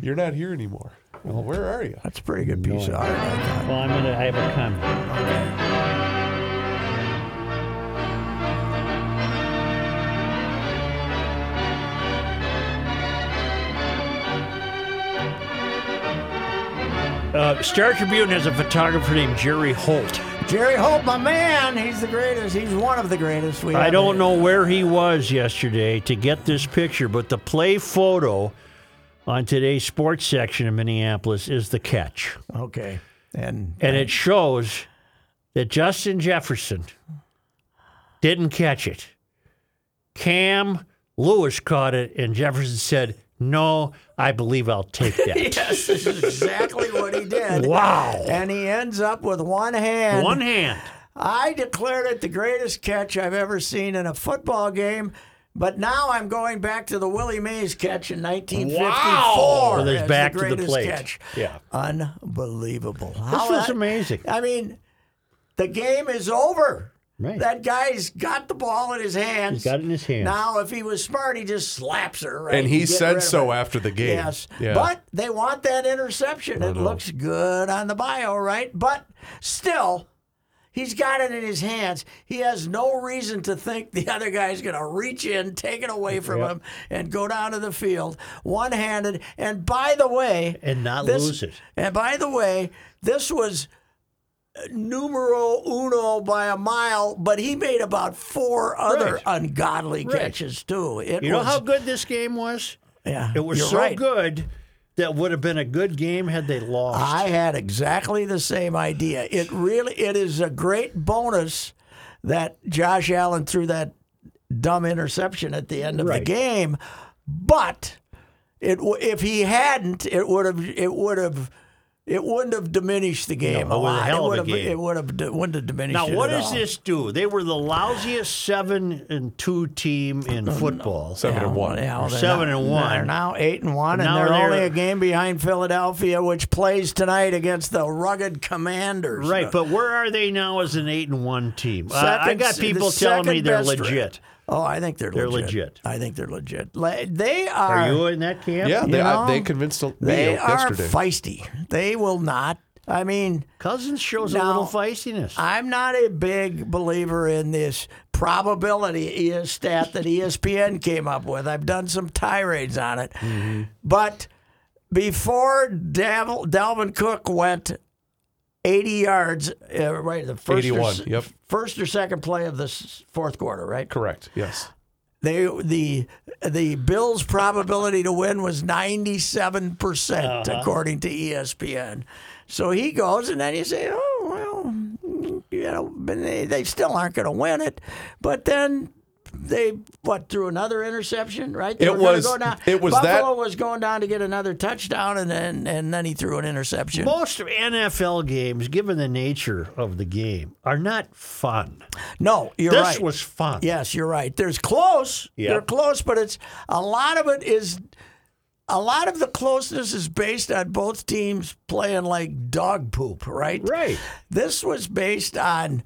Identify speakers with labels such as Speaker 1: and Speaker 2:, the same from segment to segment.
Speaker 1: You're not here anymore. Well, where are you?
Speaker 2: That's a pretty good piece of art. I thought.
Speaker 3: Well, I'm gonna. I have a comment. Uh, Star Tribune has a photographer named Jerry Holt.
Speaker 2: Jerry Holt, my man, he's the greatest. He's one of the greatest. We
Speaker 3: I
Speaker 2: have
Speaker 3: don't
Speaker 2: here.
Speaker 3: know where he was yesterday to get this picture, but the play photo on today's sports section in Minneapolis is the catch.
Speaker 2: Okay, and
Speaker 3: And it shows that Justin Jefferson didn't catch it. Cam Lewis caught it, and Jefferson said, No, I believe I'll take that.
Speaker 2: yes, this is exactly what he did.
Speaker 3: Wow.
Speaker 2: And he ends up with one hand.
Speaker 3: One hand.
Speaker 2: I declared it the greatest catch I've ever seen in a football game. But now I'm going back to the Willie Mays catch in 1954.
Speaker 3: With his
Speaker 2: as
Speaker 3: back
Speaker 2: the
Speaker 3: to the
Speaker 2: greatest
Speaker 3: plate.
Speaker 2: Catch.
Speaker 3: Yeah.
Speaker 2: Unbelievable.
Speaker 3: This was amazing.
Speaker 2: I mean, the game is over.
Speaker 3: Right.
Speaker 2: That guy's got the ball in his hands.
Speaker 3: He's got it in his hands.
Speaker 2: Now, if he was smart, he just slaps her. Right?
Speaker 1: And he
Speaker 2: Get rid
Speaker 1: said
Speaker 2: of
Speaker 1: so
Speaker 2: it.
Speaker 1: after the game.
Speaker 2: Yes.
Speaker 1: Yeah.
Speaker 2: But they want that interception. It
Speaker 1: know.
Speaker 2: looks good on the bio, right? But still, he's got it in his hands. He has no reason to think the other guy's going to reach in, take it away from him, and go down to the field one handed. And by the way,
Speaker 3: And not
Speaker 2: this-
Speaker 3: lose it.
Speaker 2: And by the way, this was numero uno by a mile, but he made about four other
Speaker 3: Right.
Speaker 2: ungodly
Speaker 3: Right.
Speaker 2: catches too. It
Speaker 3: You know
Speaker 2: was,
Speaker 3: how good this game was?
Speaker 2: yeah,
Speaker 3: It was
Speaker 2: you're
Speaker 3: so
Speaker 2: right.
Speaker 3: good that would have been a good game had they lost.
Speaker 2: I had exactly the same idea. It really it is a great bonus that Josh Allen threw that dumb interception at the end of the
Speaker 3: Right.
Speaker 2: game, but it w- if he hadn't, it would have it would have it wouldn't have diminished the game
Speaker 3: No, it
Speaker 2: a
Speaker 3: was a
Speaker 2: lot. it
Speaker 3: hell of a
Speaker 2: would have
Speaker 3: game.
Speaker 2: it would have d- wouldn't have diminished.
Speaker 3: now,
Speaker 2: it
Speaker 3: what
Speaker 2: at
Speaker 3: does
Speaker 2: all.
Speaker 3: this do? They were the lousiest seven and two team in football.
Speaker 1: Seven and one.
Speaker 2: Oh, Yeah, well, they're
Speaker 3: Seven
Speaker 2: now-
Speaker 3: and one.
Speaker 2: They're now eight and one, and
Speaker 3: Now
Speaker 2: they're,
Speaker 3: they're-
Speaker 2: only a game behind Philadelphia, which plays tonight against the rugged Commanders.
Speaker 3: Right, but where are they now as an eight and one team? Uh, I
Speaker 2: Second-
Speaker 3: got people
Speaker 2: the
Speaker 3: telling me
Speaker 2: second
Speaker 3: they're
Speaker 2: best
Speaker 3: legit.
Speaker 2: Oh, I think they're,
Speaker 3: They're legit.
Speaker 2: legit. I think they're legit. Le- They are.
Speaker 3: Are you in that camp?
Speaker 1: yeah, they, I-
Speaker 2: know,
Speaker 1: they convinced me
Speaker 2: They are
Speaker 1: yesterday.
Speaker 2: feisty. They will not. I mean,
Speaker 3: Cousins shows a
Speaker 2: No.
Speaker 3: little feistiness.
Speaker 2: I'm not a big believer in this probability ES stat that E ESPN came up with. I've done some tirades on it. But before Dal- Dalvin Cook went 80 yards, uh, right, the first, Or,
Speaker 1: 81,
Speaker 2: s-
Speaker 1: yep.
Speaker 2: first or second play of the s- fourth quarter, right?
Speaker 1: Correct. Yes.
Speaker 2: They the the Bills' probability to win was ninety seven percent
Speaker 1: Uh-huh.
Speaker 2: according to E ESPN. So he goes, and then you say, oh well, you know, but they, they still aren't going to win it. But then they what threw another interception, right? They
Speaker 1: It
Speaker 2: were gonna
Speaker 1: was-
Speaker 2: go down.
Speaker 1: it was that-
Speaker 2: Buffalo was going down to get another touchdown, and then and then he threw an interception.
Speaker 3: Most NFL games, given the nature of the game, are not fun.
Speaker 2: No, you're
Speaker 3: this
Speaker 2: right.
Speaker 3: was fun.
Speaker 2: Yes, you're right. There's close.
Speaker 3: Yeah.
Speaker 2: They're close, but it's a lot of it is a lot of the closeness is based on both teams playing like dog poop, right?
Speaker 3: Right.
Speaker 2: This was based on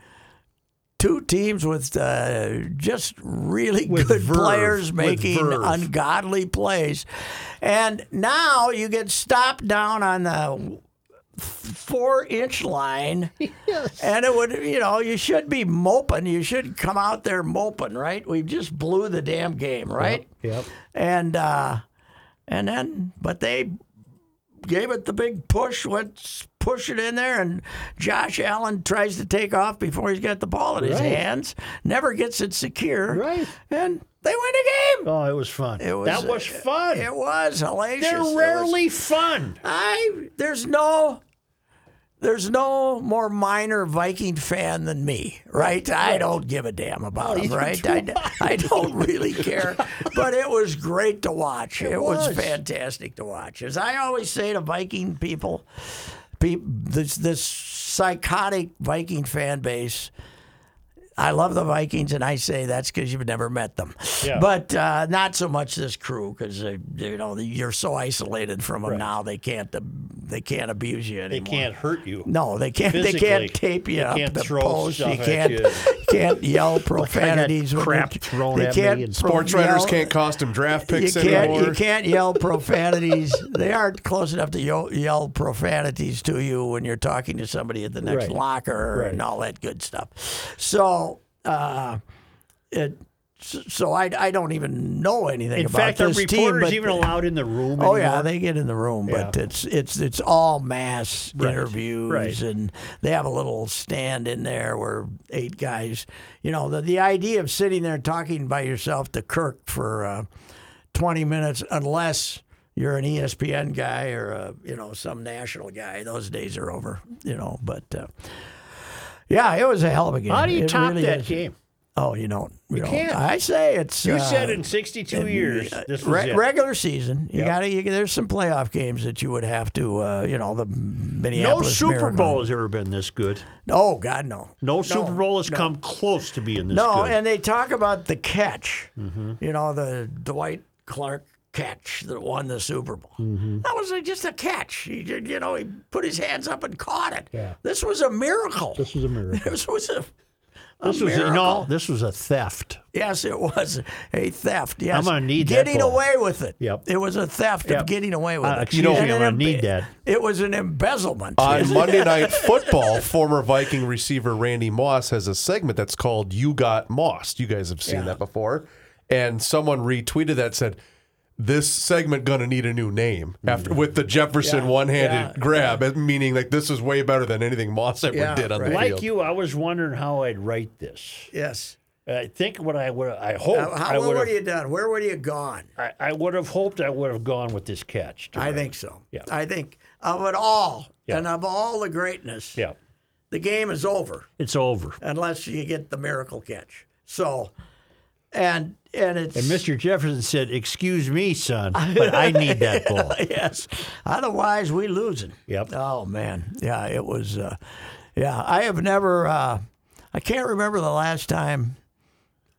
Speaker 2: two teams with uh, just really
Speaker 3: With
Speaker 2: good
Speaker 3: verve,
Speaker 2: players
Speaker 3: with
Speaker 2: making
Speaker 3: verve.
Speaker 2: ungodly plays. And now you get stopped down on the four inch line. And it would, you know, you should be moping. You should come out there moping, right? We just blew the damn game, right?
Speaker 3: Yep.
Speaker 2: And uh, and then, but they gave it the big push. Let's push it in there. And Josh Allen tries to take off before he's got the ball in his
Speaker 3: Right.
Speaker 2: hands. Never gets it secure.
Speaker 3: Right.
Speaker 2: And they win the game.
Speaker 3: Oh, it was fun.
Speaker 2: It was,
Speaker 3: that was fun.
Speaker 2: It was hellacious. It
Speaker 3: They're
Speaker 2: was-
Speaker 3: rarely fun.
Speaker 2: I there's no there's no more minor Viking fan than me, right? I don't give a damn about them, right? I, I don't really care. But it was great to watch. It, was.
Speaker 3: was.
Speaker 2: fantastic to watch. As I always say to Viking people, pe- this, this psychotic Viking fan base. I love the Vikings, and I say that's because you've never met them.
Speaker 3: Yeah.
Speaker 2: But uh, not so much this crew because you know you're so isolated from them now they can't they can't abuse you
Speaker 3: They
Speaker 2: anymore.
Speaker 3: can't hurt you.
Speaker 2: No, they can't. They
Speaker 3: Physically.
Speaker 2: can't tape you
Speaker 3: They
Speaker 2: up
Speaker 3: can't
Speaker 2: the
Speaker 3: throw
Speaker 2: post. You
Speaker 3: stuff at
Speaker 2: can't
Speaker 3: you.
Speaker 2: can't yell profanities. when
Speaker 3: crap
Speaker 2: you-
Speaker 3: thrown
Speaker 2: they
Speaker 3: at me
Speaker 2: can't
Speaker 3: and
Speaker 2: pro-
Speaker 1: Sports writers
Speaker 2: yell-
Speaker 1: can't cost him draft
Speaker 2: You
Speaker 1: picks
Speaker 2: can't,
Speaker 1: anymore.
Speaker 2: you can't yell profanities. they aren't close enough to yell, yell profanities to you when you're talking to somebody at the next
Speaker 3: Right.
Speaker 2: locker and all that good stuff. So, uh, it, so I, I don't even know anything
Speaker 3: In
Speaker 2: about
Speaker 3: fact, are
Speaker 2: this team.
Speaker 3: reporters
Speaker 2: But
Speaker 3: even allowed in the room?
Speaker 2: Oh yeah,
Speaker 3: anymore?
Speaker 2: they get in the room, but it's it's it's all mass interviews,
Speaker 3: right.
Speaker 2: and they have a little stand in there where eight guys. You know, the the idea of sitting there talking by yourself to Kirk for uh, twenty minutes, unless you're an E ESPN guy or a, you know some national guy, those days are over. You know, but. Uh, yeah, it was a hell of a game.
Speaker 3: How do you
Speaker 2: It
Speaker 3: top
Speaker 2: really
Speaker 3: that
Speaker 2: is.
Speaker 3: game?
Speaker 2: Oh, you don't. You, don't.
Speaker 3: can't.
Speaker 2: I say it's.
Speaker 3: You
Speaker 2: uh,
Speaker 3: said in 62 years,
Speaker 2: uh,
Speaker 3: this was
Speaker 2: re-
Speaker 3: it.
Speaker 2: regular season. You
Speaker 3: Yep.
Speaker 2: got to. You, there's some playoff games that you would have to. Uh, you know the
Speaker 3: no
Speaker 2: Minneapolis.
Speaker 3: Super
Speaker 2: Miracle.
Speaker 3: Bowl has ever been this good.
Speaker 2: Oh God, no.
Speaker 3: No, Super Bowl has come close to being this
Speaker 2: No,
Speaker 3: good. Mm-hmm.
Speaker 2: and they talk about the catch. You know the Dwight Clark catch that won the Super Bowl.
Speaker 3: Mm-hmm.
Speaker 2: That was uh, just a catch. He, did- you know, he put his hands up and caught it.
Speaker 3: Yeah.
Speaker 2: This was a miracle.
Speaker 3: this was a miracle.
Speaker 2: This was a. a
Speaker 3: This was a,
Speaker 2: miracle.
Speaker 3: no, this was a theft.
Speaker 2: Yes, it was a theft. Yes,
Speaker 3: I'm gonna need that
Speaker 2: getting
Speaker 3: ball.
Speaker 2: away with it.
Speaker 3: Yep.
Speaker 2: it was a theft
Speaker 3: Yep.
Speaker 2: of getting away with
Speaker 3: Uh,
Speaker 2: it.
Speaker 3: excuse me,
Speaker 2: And
Speaker 3: I'm
Speaker 2: an
Speaker 3: gonna
Speaker 2: embe-
Speaker 3: need that. Uh,
Speaker 2: It was an embezzlement.
Speaker 1: On Monday Night Football, former Viking receiver Randy Moss has a segment that's called You Got Mossed. You guys have seen that before. And someone retweeted that said, this segment gonna need a new name after with the Jefferson
Speaker 2: Mm. Yeah,
Speaker 1: one-handed
Speaker 2: yeah,
Speaker 1: grab, meaning like this is way better than anything Moss ever
Speaker 2: Yeah,
Speaker 1: did on the
Speaker 2: right.
Speaker 3: Like
Speaker 1: field.
Speaker 3: you, I was wondering how I'd write this.
Speaker 2: yes.
Speaker 3: I think what I would, I hope
Speaker 2: How,
Speaker 3: I
Speaker 2: what
Speaker 3: would
Speaker 2: would
Speaker 3: have,
Speaker 2: you done? Where would you have gone?
Speaker 3: I, I would have hoped I would have gone with this catch.
Speaker 2: I think so.
Speaker 3: Yeah.
Speaker 2: I think of it all,
Speaker 3: Yeah.
Speaker 2: and of all the greatness,
Speaker 3: yeah,
Speaker 2: the game is over
Speaker 3: it's over.
Speaker 2: unless you get the miracle catch. So, and and it's
Speaker 3: And Mr. Jefferson said, "Excuse me, son, but I need that ball."
Speaker 2: yes. Otherwise, we losing.
Speaker 3: Yep.
Speaker 2: Oh man, yeah, it was. Uh, yeah, I have never. Uh, I can't remember the last time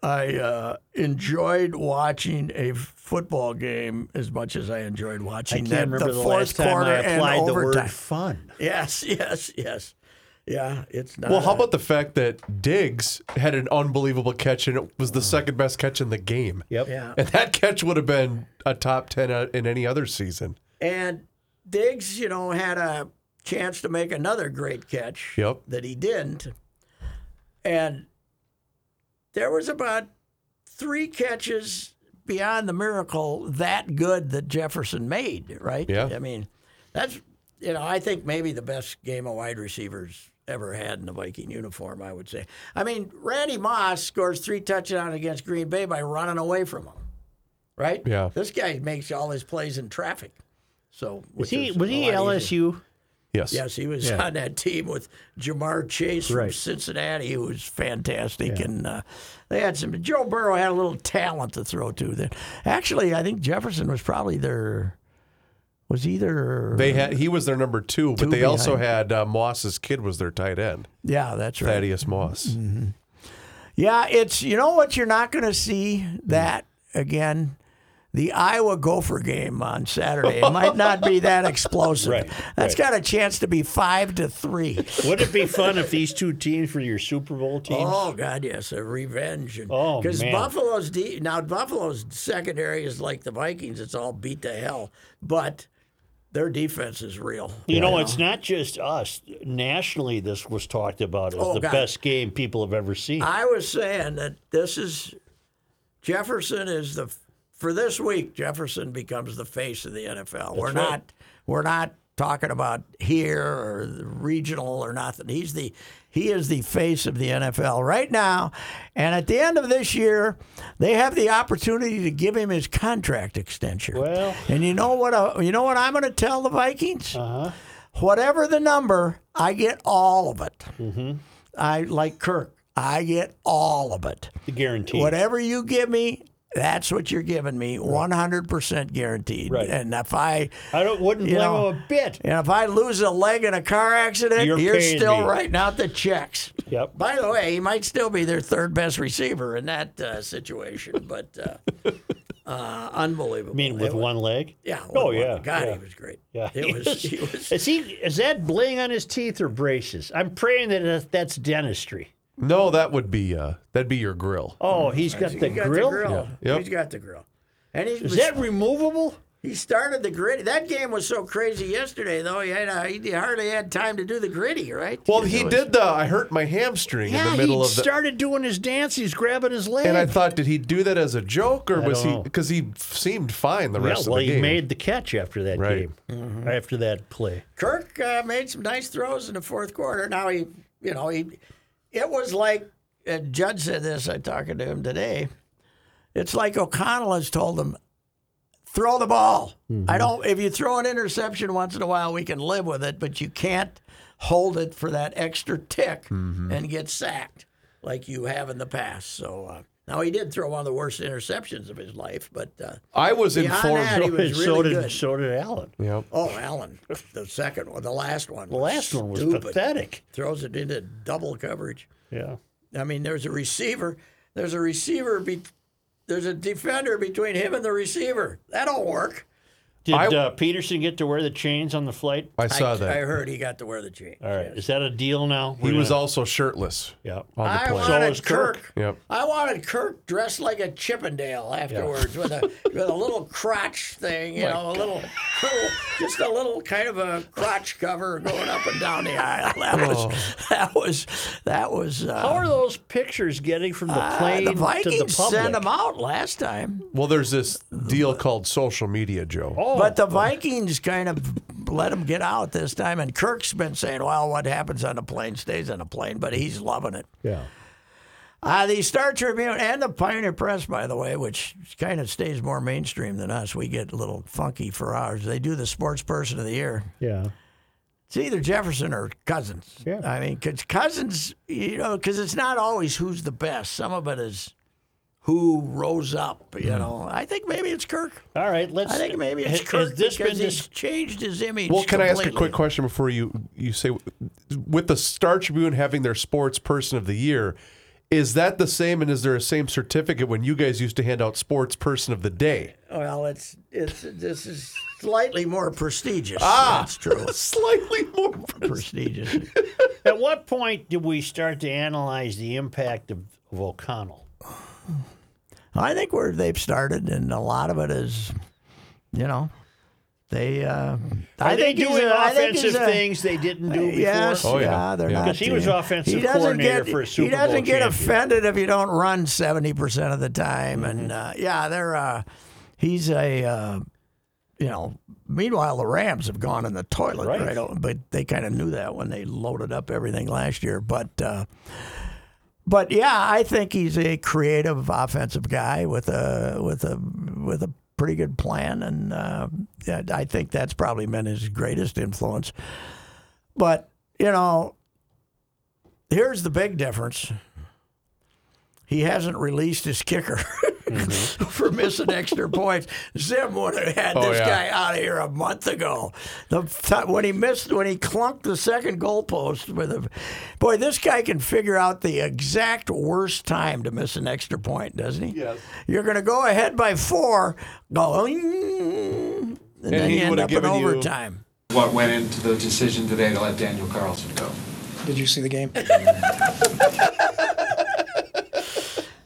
Speaker 2: I uh, enjoyed watching a football game as much as I enjoyed watching
Speaker 3: Can't
Speaker 2: that,
Speaker 3: remember the,
Speaker 2: fourth
Speaker 3: last time
Speaker 2: quarter
Speaker 3: I applied
Speaker 2: and
Speaker 3: the
Speaker 2: overtime.
Speaker 3: word "fun."
Speaker 2: Yes, yes, yes. Yeah, it's not.
Speaker 1: Well,
Speaker 3: Uh,
Speaker 1: how about the fact that Diggs had an unbelievable catch and it was the second best catch in the game?
Speaker 3: Yep.
Speaker 2: Yeah.
Speaker 1: And that catch would have been a top 10 out in any other season.
Speaker 2: And Diggs, you know, had a chance to make another great catch
Speaker 1: Yep.
Speaker 2: that he didn't. And there was about three catches beyond the miracle that good that Jefferson made, right?
Speaker 1: Yeah.
Speaker 2: I mean, that's you know, I think maybe the best game of wide receivers ever had in the Viking uniform, I would say. I mean, Randy Moss scores three touchdowns against Green Bay by running away from him. Right?
Speaker 1: Yeah.
Speaker 2: This guy makes all his plays in traffic. So which
Speaker 3: Was he
Speaker 2: is
Speaker 3: was
Speaker 2: a
Speaker 3: he
Speaker 2: lot easier.
Speaker 3: LSU?
Speaker 1: Yes.
Speaker 2: Yes, he was on that team with Jamar Chase from
Speaker 3: Right.
Speaker 2: Cincinnati, who was fantastic, and uh, they had some. Joe Burrow had a little talent to throw to. There, actually, I think Jefferson was probably their was either.
Speaker 1: They had he was their number 2, but
Speaker 2: Two
Speaker 1: they also had uh, Moss's kid was their tight end,
Speaker 2: yeah, that's right.
Speaker 1: Thaddeus Moss.
Speaker 3: Mm-hmm.
Speaker 2: Yeah, it's you know what you're not going to see that again. The Iowa Gopher game on Saturday It might not be that explosive.
Speaker 3: Right,
Speaker 2: That's got a chance to be five to three.
Speaker 3: Would it be fun if these two teams were your Super Bowl teams?
Speaker 2: Oh God, yes, a revenge. And,
Speaker 3: Oh,
Speaker 2: because
Speaker 3: man.
Speaker 2: Buffalo's de- now Buffalo's secondary is like the Vikings; it's all beat to hell. But their defense is real.
Speaker 3: You know, it's not just us. Nationally, this was talked about as
Speaker 2: Oh,
Speaker 3: the
Speaker 2: God.
Speaker 3: best game people have ever seen.
Speaker 2: I was saying that this is Jefferson is the for this week. Jefferson becomes the face of the NFL. we're
Speaker 3: right.
Speaker 2: not we're not talking about here or the regional or nothing. He's the he is the face of the NFL right now. And at the end of this year, they have the opportunity to give him his contract extension.
Speaker 3: Well- Uh-huh.
Speaker 2: and you know what? uh, You know what I'm going to tell the Vikings. Whatever the number, I get all of it.
Speaker 3: Mm-hmm.
Speaker 2: I like Kirk. I get all of it.
Speaker 3: The guarantee.
Speaker 2: Whatever you give me, that's what you're giving me, 100% guaranteed.
Speaker 3: Right.
Speaker 2: And if I
Speaker 3: I don't wouldn't blame
Speaker 2: know,
Speaker 3: him a bit.
Speaker 2: and if I lose a leg in a car accident,
Speaker 3: You're
Speaker 2: you're,
Speaker 3: paying
Speaker 2: still
Speaker 3: me.
Speaker 2: writing out the checks.
Speaker 3: Yep.
Speaker 2: By the way, he might still be their third best receiver in that uh, situation, but uh, uh, unbelievable.
Speaker 3: I mean, with
Speaker 2: It wa-
Speaker 3: one leg.
Speaker 2: yeah. with
Speaker 3: Oh
Speaker 2: one.
Speaker 3: yeah.
Speaker 2: God,
Speaker 3: yeah.
Speaker 2: he was great.
Speaker 3: Yeah.
Speaker 2: It was. He was
Speaker 3: Is he? Is that bling on his teeth or braces? I'm praying that that- that's dentistry.
Speaker 1: No, that would be uh, that'd be your grill.
Speaker 3: Oh, he's got, the,
Speaker 2: he got
Speaker 3: grill?
Speaker 2: the grill.
Speaker 1: Yep.
Speaker 2: He's got the grill. And he,
Speaker 3: Is
Speaker 2: was,
Speaker 3: that removable?
Speaker 2: he started the gritty. That game was so crazy yesterday, though. He, had, uh, he hardly had time to do the gritty, right?
Speaker 1: Well,
Speaker 2: You
Speaker 1: he
Speaker 2: know,
Speaker 1: did the. I hurt my hamstring in
Speaker 3: Yeah,
Speaker 1: the
Speaker 3: he
Speaker 1: middle of the.
Speaker 3: started doing his dance. He's grabbing his leg.
Speaker 1: and I thought, did he do that as a joke, or
Speaker 3: I
Speaker 1: was
Speaker 3: don't
Speaker 1: he?
Speaker 3: know.
Speaker 1: Because he seemed fine the
Speaker 3: yeah,
Speaker 1: rest
Speaker 3: well,
Speaker 1: of the
Speaker 3: he
Speaker 1: game.
Speaker 3: made the catch after that
Speaker 1: Right.
Speaker 3: game,
Speaker 2: Mm-hmm.
Speaker 3: after that play.
Speaker 2: Kirk uh, made some nice throws in the fourth quarter. Now he, you know, he, it was like uh, Judge said this. I talking to him today. It's like O'Connell has told him, throw the ball.
Speaker 3: Mm-hmm.
Speaker 2: I don't. If you throw an interception once in a while, we can live with it, but you can't hold it for that extra tick
Speaker 3: Mm-hmm.
Speaker 2: and get sacked like you have in the past. So uh, now he did throw one of the worst interceptions of his life, but uh,
Speaker 1: I was
Speaker 2: Beyond that, he
Speaker 1: informed.
Speaker 2: was
Speaker 3: And so
Speaker 2: really
Speaker 3: did
Speaker 2: good.
Speaker 3: so did Allen.
Speaker 1: Yep.
Speaker 2: oh, Allen, the second one, the last one,
Speaker 3: The last one was
Speaker 2: stupid
Speaker 3: pathetic.
Speaker 2: throws it into double coverage.
Speaker 3: Yeah.
Speaker 2: I mean, there's a receiver. There's a receiver. Be, there's a defender between him and the receiver. That'll work.
Speaker 3: Did
Speaker 1: I-
Speaker 3: uh, Peterson get to wear the chains on the flight?
Speaker 1: I saw
Speaker 2: I,
Speaker 1: that.
Speaker 2: I heard he got to wear the chain.
Speaker 3: All right, is that a deal now?
Speaker 1: he
Speaker 3: We're
Speaker 1: was
Speaker 2: uh,
Speaker 3: gonna-
Speaker 1: also shirtless
Speaker 3: Yeah.
Speaker 1: on the
Speaker 2: I
Speaker 1: plane.
Speaker 3: So
Speaker 2: wanted
Speaker 3: is Kirk.
Speaker 2: Kirk.
Speaker 1: Yep.
Speaker 2: I wanted Kirk dressed like a Chippendale afterwards with a with a little crotch thing, you know, a little, little, just a little kind of a crotch cover going up and down the aisle. That was that was that was.
Speaker 3: How
Speaker 2: Uh,
Speaker 3: are those pictures getting from the
Speaker 2: uh,
Speaker 3: plane
Speaker 2: the
Speaker 3: to the public?
Speaker 2: Vikings sent him out last time.
Speaker 1: Well, there's this deal called social media, Joe.
Speaker 3: Oh,
Speaker 2: But the Vikings kind of let him get out this time, and Kirk's been saying, "Well, what happens on the plane stays on the plane," but he's loving it.
Speaker 3: yeah.
Speaker 2: Uh, the Star Tribune and the Pioneer Press, by the way, which kind of stays more mainstream than us, we get a little funky for ours. They do the Sports Person of the Year.
Speaker 3: Yeah.
Speaker 2: It's either Jefferson or Cousins.
Speaker 3: Yeah.
Speaker 2: I mean, 'cause Cousins, you know, because it's not always who's the best. Some of it is who rose up.
Speaker 3: Hmm.
Speaker 2: You know, I think maybe it's Kirk.
Speaker 3: All right, let's.
Speaker 2: I think maybe it's
Speaker 3: has,
Speaker 2: Kirk
Speaker 3: has this been
Speaker 2: because he's
Speaker 3: dis-
Speaker 2: changed his image.
Speaker 1: Well, can I ask a
Speaker 2: completely.
Speaker 1: quick question before you you say with the Star Tribune having their Sports Person of the Year? Is that the same, and is there a same certificate when you guys used to hand out Sports Person of the Day?
Speaker 2: Well, it's it's this is slightly more prestigious. Ah, that's true.
Speaker 1: Slightly more.
Speaker 2: prestigious.
Speaker 3: At what point did we start to analyze the impact of, of O'Connell?
Speaker 2: I think where they've started, and a lot of it is, you know, they. Uh,
Speaker 3: Are
Speaker 2: I
Speaker 3: they
Speaker 2: think he's
Speaker 3: doing
Speaker 2: a- I think he's
Speaker 3: offensive
Speaker 2: a-
Speaker 3: things they didn't do before?
Speaker 2: Yes,
Speaker 1: Oh, yeah.
Speaker 2: yeah. they're
Speaker 1: Yeah.
Speaker 2: not.
Speaker 3: 'Cause he was
Speaker 2: doing-
Speaker 3: offensive
Speaker 2: he doesn't
Speaker 3: coordinator
Speaker 2: get,
Speaker 3: for a Super
Speaker 2: He doesn't
Speaker 3: Bowl
Speaker 2: get
Speaker 3: champion.
Speaker 2: offended if you don't run seventy percent of the time, and
Speaker 3: Mm-hmm.
Speaker 2: uh, yeah, they're. Uh, he's a. Uh, you know, meanwhile the Rams have gone in the toilet,
Speaker 3: Right.
Speaker 2: right? o- But they kind of knew that when they loaded up everything last year, but. Uh, but yeah, I think he's a creative offensive guy with a with a with a pretty good plan, and uh, yeah, I think that's probably been his greatest influence. But you know, here's the big difference: he hasn't released his kicker for missing extra points. Zim would have had
Speaker 1: Mm-hmm. Oh,
Speaker 2: this
Speaker 1: yeah.
Speaker 2: guy out of here a month ago. The t- when he missed, when he clunked the second goalpost with a boy, this guy can figure out the exact worst time to miss an extra point, doesn't he? Yes. You're going to go ahead by four, go, and, then
Speaker 1: he
Speaker 2: you end
Speaker 1: would've
Speaker 2: up in
Speaker 1: given you-
Speaker 2: overtime.
Speaker 4: what went into the decision today to let Daniel Carlson go.
Speaker 5: Did you see the game?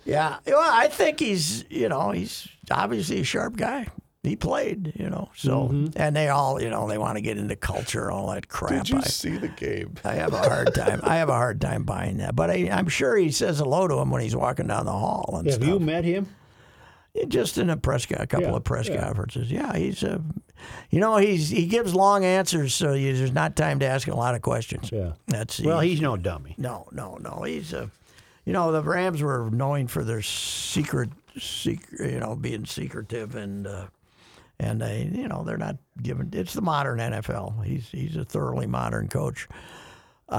Speaker 2: Yeah. Well, I think he's, you know, he's obviously a sharp guy. He played, you know, so,
Speaker 3: Mm-hmm.
Speaker 2: and they all, you know, they want to get into culture and all that crap.
Speaker 1: Did you
Speaker 2: I,
Speaker 1: see the game?
Speaker 2: I have a hard time. I have a hard time buying that. But I, I'm sure he says hello to him when he's walking down the hall and
Speaker 3: Have
Speaker 2: stuff.
Speaker 3: you met him?
Speaker 2: Just in a press, co- a couple
Speaker 3: Yeah,
Speaker 2: of press
Speaker 3: yeah.
Speaker 2: conferences. Yeah, he's a, you know, he's he gives long answers, so you, there's not time to ask a lot of questions.
Speaker 3: Yeah.
Speaker 2: That's
Speaker 3: Well, he's no dummy.
Speaker 2: no, no, no. He's a, you know, the Rams were known for their secret, secret, you know, being secretive and, uh, and they, you know, they're not given. It's the modern NFL. He's he's a thoroughly modern coach, Uh,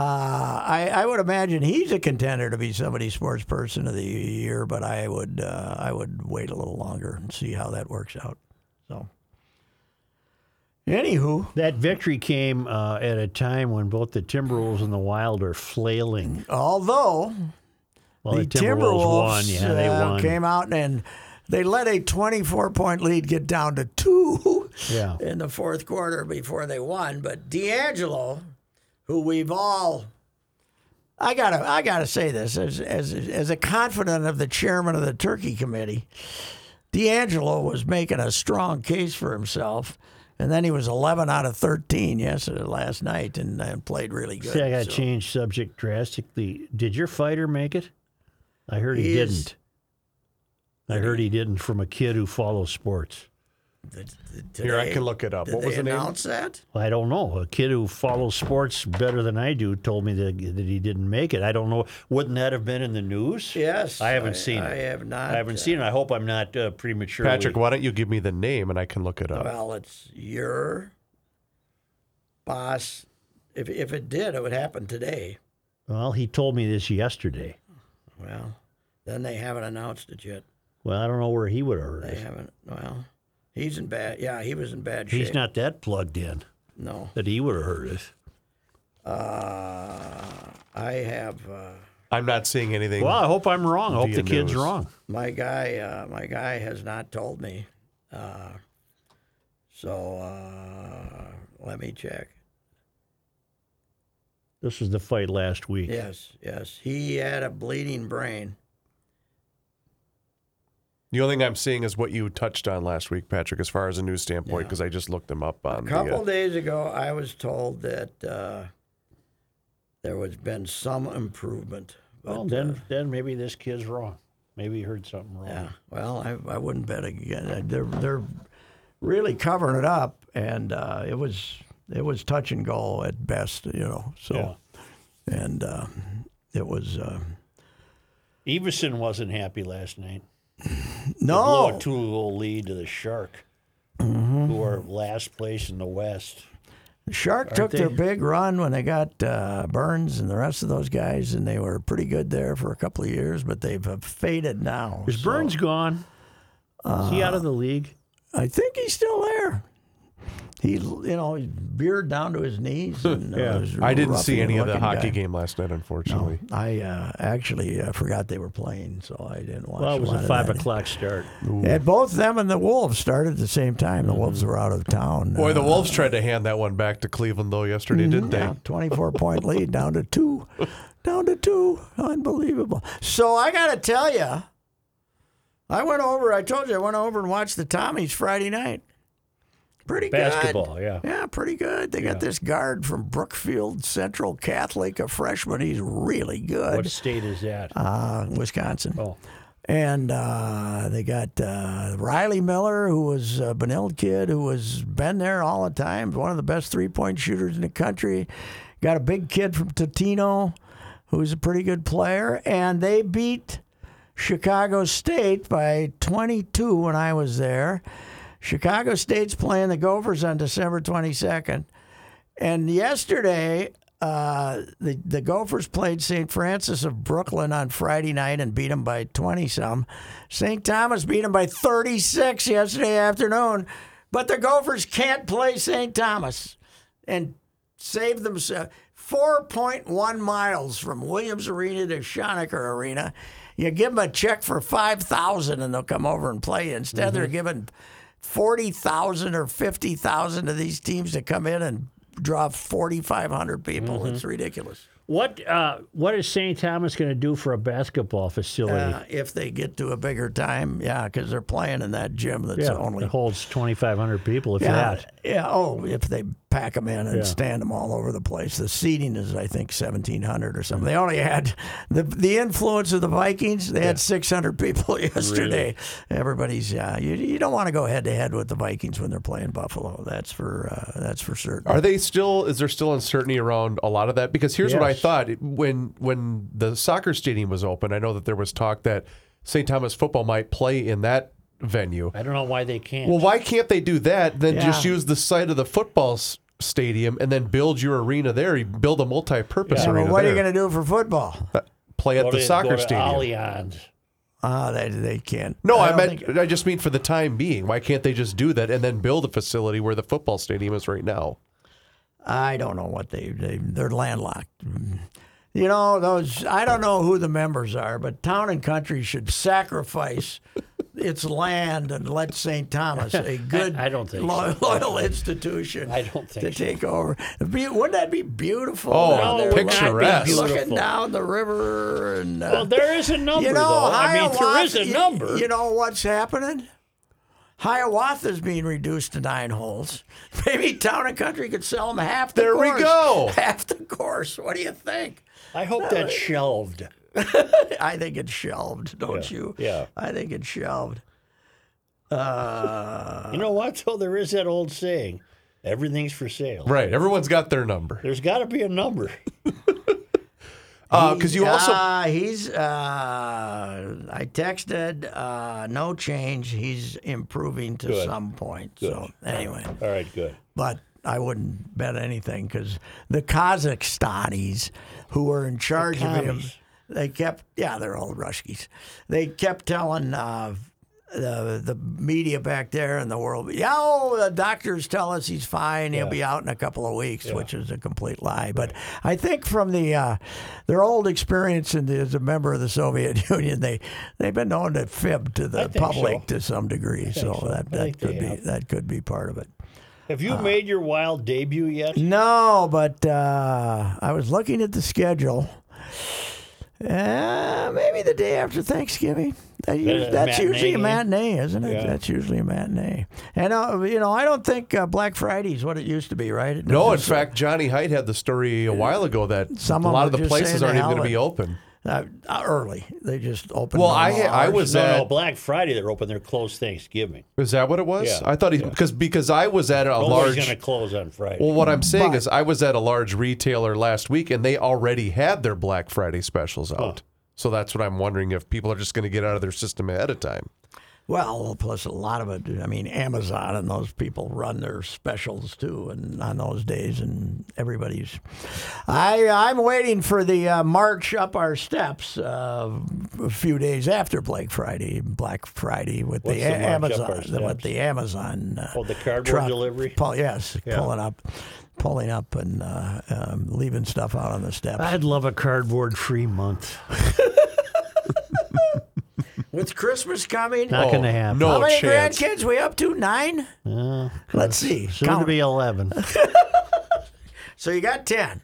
Speaker 2: I, I would imagine he's a contender to be somebody's sports person of the year, but I would uh, I would wait a little longer and see how that works out. So, anywho,
Speaker 3: That victory came uh, at a time when both the Timberwolves and the Wild are flailing.
Speaker 2: although
Speaker 3: Well,
Speaker 2: the,
Speaker 3: the, Timberwolves, won. Yeah, they
Speaker 2: uh,
Speaker 3: won.
Speaker 2: came out and they let a 24 point lead get down to two
Speaker 3: Yeah.
Speaker 2: in the fourth quarter before they won. But D'Angelo, who we've all I gotta, I gotta say this as, as, as a confidant of the chairman of the Turkey Committee, D'Angelo was making a strong case for himself, and then he was 11 out of 13 yesterday, last night, and, and played really good.
Speaker 3: See, I got to
Speaker 2: So-
Speaker 3: change subject drastically. Did your fighter make it? I heard he,
Speaker 2: He is-
Speaker 3: didn't. I heard he didn't from a kid who follows sports.
Speaker 2: Did- did
Speaker 1: Here, I
Speaker 2: they-
Speaker 1: can look it up.
Speaker 2: Did
Speaker 1: What was the
Speaker 2: they
Speaker 1: name?
Speaker 2: announce that?
Speaker 3: I don't know. A kid who follows sports better than I do told me that, that he didn't make it. I don't know. Wouldn't that have been in the news?
Speaker 2: Yes.
Speaker 3: I haven't seen
Speaker 2: I
Speaker 3: it.
Speaker 2: have not.
Speaker 3: I haven't seen it. I hope I'm not uh, premature.
Speaker 1: Patrick, why don't you give me the name and I can look it up?
Speaker 2: Well, it's your boss. If, if it did, it would happen today.
Speaker 3: Well, he told me this yesterday.
Speaker 2: Well, then they haven't announced it yet.
Speaker 3: Well, I don't know where he would have heard
Speaker 2: They
Speaker 3: it.
Speaker 2: haven't. Well, he's in bad. Yeah, he was in bad shape.
Speaker 3: He's not that plugged in
Speaker 2: No.
Speaker 3: that he would have heard it.
Speaker 2: Uh, I have uh,
Speaker 1: I'm not seeing anything.
Speaker 3: Well, I hope I'm wrong. I hope
Speaker 1: Via
Speaker 3: the kid's
Speaker 1: news.
Speaker 3: wrong.
Speaker 2: my guy. Uh, my guy has not told me. Uh, so uh, let me check.
Speaker 3: This was the fight last week.
Speaker 2: Yes, yes. He had a bleeding brain.
Speaker 1: The only thing I'm seeing is what you touched on last week, Patrick, as far as a news standpoint, because I just looked them up on
Speaker 2: A
Speaker 1: the.
Speaker 2: couple
Speaker 1: uh,
Speaker 2: days ago, I was told that uh, there was been some improvement. But, uh,
Speaker 3: Well, then, then maybe this kid's wrong. Maybe he heard something wrong.
Speaker 2: yeah. Well, I, I wouldn't bet again. I- They're they're really covering it up, and uh, it was it was touch and go at best, you know. So, and uh, it was uh,
Speaker 3: Everson wasn't happy last night. They blew
Speaker 2: no.
Speaker 3: a two-goal lead to the Shark,
Speaker 2: Mm-hmm.
Speaker 3: who are last place in the West.
Speaker 2: Shark took their
Speaker 3: they?
Speaker 2: big run when they got uh, Burns and the rest of those guys, and they were pretty good there for a couple of years, but they've uh, faded now.
Speaker 3: Is Burns gone? Is he out of the league?
Speaker 2: I think he's still there. He, you know, he's beard down to his knees. And, uh, was a
Speaker 1: I didn't see
Speaker 2: ruffian
Speaker 1: any of the
Speaker 2: looking
Speaker 1: hockey
Speaker 2: guy.
Speaker 1: game last night, unfortunately.
Speaker 2: I uh, actually uh, forgot they were playing, so I didn't watch.
Speaker 3: Well, it was
Speaker 2: lot
Speaker 3: a
Speaker 2: of
Speaker 3: five
Speaker 2: that.
Speaker 3: o'clock start.
Speaker 2: And both them and the Wolves started at the same time. The Wolves were out of town.
Speaker 1: Mm-hmm. Boy,
Speaker 2: uh,
Speaker 1: the Wolves tried to hand that one back to Cleveland though yesterday, didn't they?
Speaker 2: Mm-hmm. yeah, twenty-four point lead down to two, down to two. Unbelievable. So I got to tell you, I went over. I told you I went over and watched the Tommies Friday night. Pretty good.
Speaker 3: Basketball, yeah.
Speaker 2: Yeah, pretty good. They got this guard from Brookfield Central Catholic, a freshman. He's really
Speaker 3: What
Speaker 2: good.
Speaker 3: state is that?
Speaker 2: Uh, Wisconsin.
Speaker 3: Oh,
Speaker 2: And uh, they got uh, Riley Miller, who was a Benilde kid, who has been there all the time, one of the best three point shooters in the country. Got a big kid from Totino, who's a pretty good player. And they beat Chicago State by 22 when I was there. Chicago State's playing the Gophers on December 22nd. And yesterday, uh, the the Gophers played St. Francis of Brooklyn on Friday night and beat them by twenty some. St. Thomas beat them by thirty six yesterday afternoon, but the Gophers can't play St. Thomas and save themselves four point one miles from Williams Arena to Schonaker Arena. You give them a check for five thousand and they'll come over and play. Instead, they're
Speaker 3: Mm-hmm.
Speaker 2: giving forty thousand or fifty thousand of these teams to come in and draw forty five hundred people.
Speaker 3: Mm-hmm.
Speaker 2: It's ridiculous.
Speaker 3: what uh, what is St. Thomas going to do for a basketball facility?
Speaker 2: Uh, if they get to a bigger time, yeah, because they're playing in that gym that's
Speaker 3: yeah,
Speaker 2: only
Speaker 3: it holds twenty five hundred people. If
Speaker 2: yeah,
Speaker 3: that,
Speaker 2: yeah. Oh, if they pack them in and stand them all over the place, the seating is I think seventeen hundred or
Speaker 1: Mm.
Speaker 2: something. They only had the the influence of the Vikings. They had six hundred people yesterday. Everybody's yeah. You, you don't want to go head to head with the Vikings when they're playing Buffalo. That's for uh, that's for certain.
Speaker 1: Are they still? Is there still uncertainty around a lot of that? Because here's what I
Speaker 3: Yes.
Speaker 1: thought when when the soccer stadium was open. I know that there was talk that St. Thomas football might play in that venue.
Speaker 3: I don't know why they can't.
Speaker 1: Well, why can't they do that? Then just
Speaker 2: Yeah.
Speaker 1: use the site of the football s- stadium and then build your arena there. You build a multi-purpose
Speaker 2: Yeah, but
Speaker 1: arena.
Speaker 2: what are you
Speaker 1: there.
Speaker 2: going to do for football?
Speaker 1: Uh, play at
Speaker 3: Go
Speaker 1: the
Speaker 3: to- go
Speaker 1: soccer
Speaker 3: to
Speaker 1: stadium?
Speaker 3: Allianz.
Speaker 2: Oh, they, they can't.
Speaker 1: No, I,
Speaker 2: don't
Speaker 1: meant I just mean for the time being. Why can't they just do that and then build a facility where the football stadium is right now?
Speaker 2: I don't know what they, they they're landlocked. You know those. I don't know who the members are, but town and country should sacrifice its land and let St. Thomas, a good,
Speaker 3: I don't think
Speaker 2: lo- loyal institution,
Speaker 3: I don't think
Speaker 2: to
Speaker 3: so.
Speaker 2: take over. It'd be- Wouldn't that be beautiful?
Speaker 1: Oh,
Speaker 2: down there?
Speaker 1: it would not be picturesque.
Speaker 2: Looking
Speaker 3: beautiful.
Speaker 2: down the river and. uh,
Speaker 3: Well, there is a number,
Speaker 2: you know,
Speaker 3: though. I mean,
Speaker 2: Hiawatha,
Speaker 3: there is a
Speaker 2: you-
Speaker 3: number.
Speaker 2: You, know what's happening? Hiawatha's being reduced to nine holes. Maybe town and country could sell them half the
Speaker 1: There we
Speaker 2: course.
Speaker 1: go.
Speaker 2: Half the course. What do you think?
Speaker 3: I hope that's shelved.
Speaker 2: I think it's shelved, don't you?
Speaker 3: yeah.
Speaker 2: I think it's shelved.
Speaker 3: You know what? though? there is that old saying everything's for sale.
Speaker 1: Right. Everyone's got their number.
Speaker 3: There's got to be a number.
Speaker 1: Because you also
Speaker 2: Uh, he's, uh, I texted, uh, no change. He's improving to some point. So, anyway.
Speaker 3: All right, good.
Speaker 2: but I wouldn't bet anything because the Kazakhstanis who were in charge of him,
Speaker 3: commies.
Speaker 2: they kept yeah, they're all Ruskies. They kept telling uh, the the media back there in the world, yeah, oh, the doctors tell us he's fine. He'll be out in a couple of weeks, which is a complete lie. But I think from the uh, their old experience in the, as a member of the Soviet Union, they they've been known to fib to the
Speaker 3: think so.
Speaker 2: public to some degree. So, that,
Speaker 3: think
Speaker 2: that
Speaker 3: they
Speaker 2: could be
Speaker 3: have.
Speaker 2: that could be part of it.
Speaker 3: Have you made your wild debut yet?
Speaker 2: No, but uh, I was looking at the schedule. Uh, maybe the day after Thanksgiving. That us-
Speaker 3: a
Speaker 2: that's
Speaker 3: matinee,
Speaker 2: usually a
Speaker 3: eh?
Speaker 2: matinee, isn't it? That's usually a matinee. And uh, you know, I don't think uh, Black Friday is what it used to be, right? It
Speaker 1: no. In
Speaker 2: was, uh,
Speaker 1: fact, Johnny Height had the story a while ago that
Speaker 2: Some
Speaker 1: a
Speaker 2: of
Speaker 1: lot
Speaker 2: them
Speaker 1: of the
Speaker 2: just
Speaker 1: places
Speaker 2: say
Speaker 1: aren't
Speaker 2: the
Speaker 1: even going
Speaker 2: hell
Speaker 1: to be
Speaker 2: it-
Speaker 1: open.
Speaker 2: uh, uh, early. They just opened.
Speaker 1: Well, I
Speaker 2: normal
Speaker 1: I
Speaker 2: hours.
Speaker 1: was
Speaker 3: no,
Speaker 1: at
Speaker 3: no, Black Friday they're open. They're closed Thanksgiving.
Speaker 1: is that what it was?
Speaker 3: Yeah,
Speaker 1: I thought he because because I was at a
Speaker 3: Nobody's going to
Speaker 1: large.
Speaker 3: close on Friday.
Speaker 1: Well, what I'm saying is I was at a large retailer last week and they already had their Black Friday specials out. So that's what I'm wondering if people are just going to get out of their system ahead of time.
Speaker 2: Well, plus a lot of it. I mean, Amazon and those people run their specials too, and on those days, and everybody's. I I'm waiting for the uh, march up our steps uh, a few days after Black Friday, Black Friday with the,
Speaker 3: What's the
Speaker 2: A-
Speaker 3: march up our
Speaker 2: Amazon, with
Speaker 3: steps?
Speaker 2: the Amazon. Uh,
Speaker 3: Oh, the cardboard
Speaker 2: truck
Speaker 3: delivery?
Speaker 2: Pull, yes, pulling up, pulling up, and uh, um, leaving stuff out on the steps
Speaker 3: I'd love a cardboard free month.
Speaker 2: with Christmas coming.
Speaker 3: Not
Speaker 1: Oh,
Speaker 3: going to happen.
Speaker 1: no
Speaker 2: How many
Speaker 1: chance.
Speaker 2: grandkids we up to? Nine. Let's see.
Speaker 3: Soon
Speaker 2: Count
Speaker 3: to be 11.
Speaker 2: So you got ten.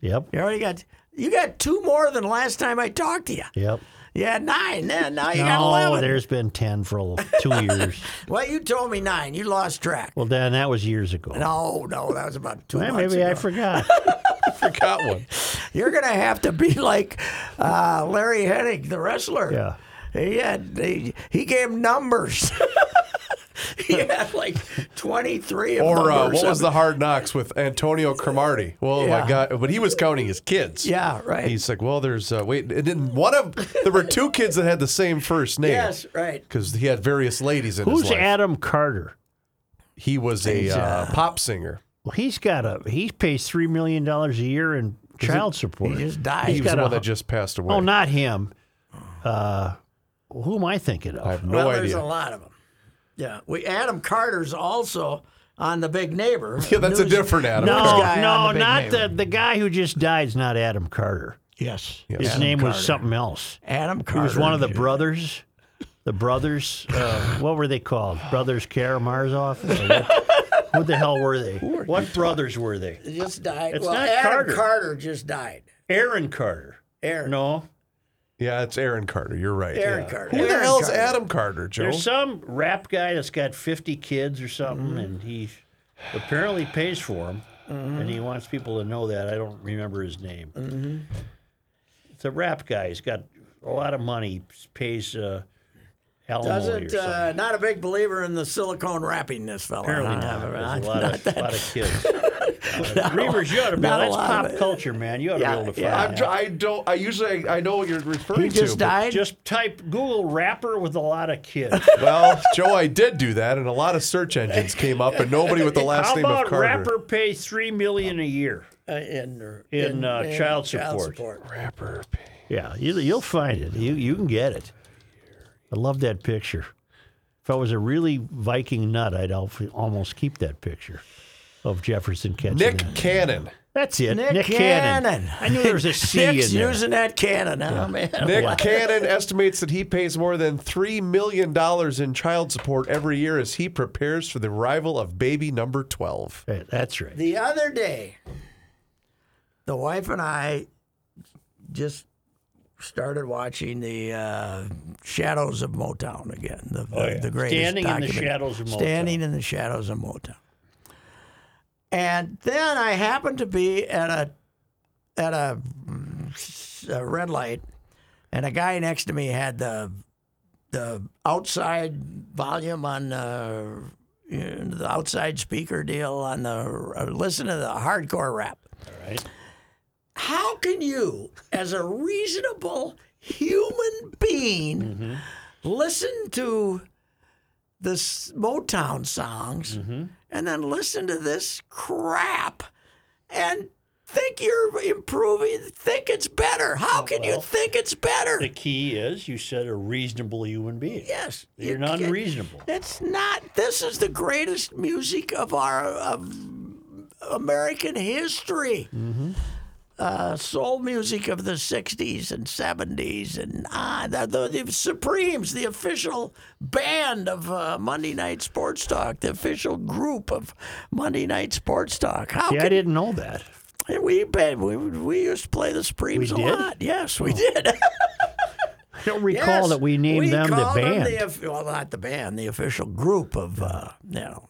Speaker 3: yep.
Speaker 2: You already got you got two more than last time I talked to you.
Speaker 3: Yep.
Speaker 2: You had nine then. Now you got
Speaker 3: No,
Speaker 2: eleven.
Speaker 3: there's been 10 for a little- two years.
Speaker 2: Well, you told me nine. You lost track.
Speaker 3: Well, Dan, that was years ago.
Speaker 2: no, no, that was about two.
Speaker 3: Well,
Speaker 2: months
Speaker 3: maybe I
Speaker 2: ago.
Speaker 3: forgot.
Speaker 1: Forgot one.
Speaker 2: You're gonna have to be like uh, Larry Hennig, the wrestler.
Speaker 3: Yeah.
Speaker 2: He had he, he gave numbers. he had like twenty three of
Speaker 1: Or
Speaker 2: them
Speaker 1: uh, what was
Speaker 2: something.
Speaker 1: the hard knocks with Antonio Cromartie? Well,
Speaker 2: Yeah.
Speaker 1: my God, but he was counting his kids.
Speaker 2: Yeah, right.
Speaker 1: He's like, well, there's uh, wait, and then one of there were two kids that had the same first name.
Speaker 2: yes, right.
Speaker 1: because he had various ladies in
Speaker 3: Who's
Speaker 1: his life.
Speaker 3: Adam Carter?
Speaker 1: he was a uh, pop singer.
Speaker 3: Well, he's got a he pays three million dollars a year in child support.
Speaker 2: He just died.
Speaker 1: He was
Speaker 3: got
Speaker 1: the
Speaker 3: a
Speaker 1: one that
Speaker 3: hu-
Speaker 1: just passed away.
Speaker 3: oh, not him. Uh, who am I thinking
Speaker 1: I
Speaker 3: of?
Speaker 1: have no
Speaker 2: well, there's
Speaker 1: idea.
Speaker 2: a lot of them. Yeah, we Adam Carter's also on the Big Neighbor.
Speaker 1: Yeah, that's a different Adam.
Speaker 3: No,
Speaker 2: This guy on
Speaker 3: no,
Speaker 2: the Big
Speaker 3: not
Speaker 2: Neighbor.
Speaker 3: the the guy who just died is not Adam Carter.
Speaker 2: Yes.
Speaker 3: His
Speaker 2: Adam
Speaker 3: name
Speaker 2: Carter.
Speaker 3: was something else.
Speaker 2: Adam Carter.
Speaker 3: He was one of the brothers. The brothers, uh, what were they called? Brothers Karamazov? Or What, what the hell were they? What brothers were they?
Speaker 2: Just died.
Speaker 3: It's
Speaker 2: well,
Speaker 3: not
Speaker 2: Adam
Speaker 3: Carter.
Speaker 2: just died.
Speaker 3: Aaron Carter.
Speaker 2: Aaron.
Speaker 3: No,
Speaker 1: Yeah, it's Aaron Carter. You're right.
Speaker 2: Aaron
Speaker 1: Yeah.
Speaker 2: Carter.
Speaker 1: Who the
Speaker 2: Aaron
Speaker 1: hell's
Speaker 2: Carter.
Speaker 1: Adam Carter, Joe?
Speaker 3: There's some rap guy that's got 50 kids or something, and he apparently pays for them, and he wants people to know that. I don't remember his name. It's a rap guy. He's got a lot of money. He pays uh, alimony or
Speaker 2: Doesn't
Speaker 3: something.
Speaker 2: uh, not a big believer in the silicone wrapping this fella. Uh,
Speaker 3: apparently
Speaker 2: Huh?
Speaker 3: not. There's a lot, of, lot of kids. uh, Reavers, you ought to be.
Speaker 2: Not a
Speaker 3: That's
Speaker 2: lot
Speaker 3: pop
Speaker 2: of it.
Speaker 3: culture, man. You ought to
Speaker 2: Yeah,
Speaker 3: be able to find.
Speaker 2: yeah.
Speaker 1: I'm,
Speaker 3: that.
Speaker 1: tr- I don't. I usually I know what you're referring
Speaker 2: He
Speaker 1: to.
Speaker 2: just
Speaker 1: but-
Speaker 2: died.
Speaker 3: Just type Google rapper with a lot of kids.
Speaker 1: Well, Joe, I did do that, and a lot of search engines came up, and nobody with the last
Speaker 3: How
Speaker 1: name of
Speaker 3: about
Speaker 1: Carter.
Speaker 3: rapper pay three million a year?
Speaker 2: uh, in,
Speaker 3: In, uh, child support.
Speaker 1: Rapper.
Speaker 3: Yeah, you, you'll find it. You you can get it. I love that picture. If I was a really Viking nut, I'd al- almost keep that picture of Jefferson catching
Speaker 1: Nick
Speaker 3: that.
Speaker 1: Cannon.
Speaker 3: That's it.
Speaker 2: Nick,
Speaker 3: Nick, Cannon.
Speaker 2: Cannon.
Speaker 3: I knew there was a C
Speaker 2: Nick's
Speaker 3: in there.
Speaker 2: using that cannon, huh, man?
Speaker 1: Nick Cannon estimates that he pays more than three million dollars in child support every year as he prepares for the arrival of baby number twelve.
Speaker 3: Right, That's right.
Speaker 2: The other day, the wife and I just started watching the uh, Shadows of Motown again. The, the, the greatest
Speaker 3: Oh, Standing in the
Speaker 2: documentary.
Speaker 3: Shadows of Motown.
Speaker 2: Standing in the Shadows of Motown. And then I happened to be at a at a, mm, a red light, and a guy next to me had the the outside volume on uh, the, you know, the outside speaker deal on the uh, listen to the hardcore rap. All
Speaker 3: right.
Speaker 2: How can you, as a reasonable human being, listen to the s- Motown songs and then listen to this crap and think you're improving, think it's better? How can you think it's better?
Speaker 3: The key is you said a reasonable human being.
Speaker 2: Yes, you
Speaker 3: You're not
Speaker 2: can't-
Speaker 3: reasonable.
Speaker 2: It's not. This is the greatest music of our of American history.
Speaker 3: Mm-hmm.
Speaker 2: Uh, soul music of the '60s and '70s, and ah, the, the, the Supremes, the official band of uh, Monday Night Sports Talk, the official group of Monday Night Sports Talk. How
Speaker 3: See, I
Speaker 2: could-
Speaker 3: didn't know that.
Speaker 2: we, babe, we we used to play the Supremes
Speaker 3: We
Speaker 2: a
Speaker 3: did? Oh.
Speaker 2: lot? Yes, we did.
Speaker 3: I don't recall
Speaker 2: Yes,
Speaker 3: that we named
Speaker 2: we
Speaker 3: them the
Speaker 2: called
Speaker 3: band.
Speaker 2: the of- well, not the band, the official group of, uh, you know.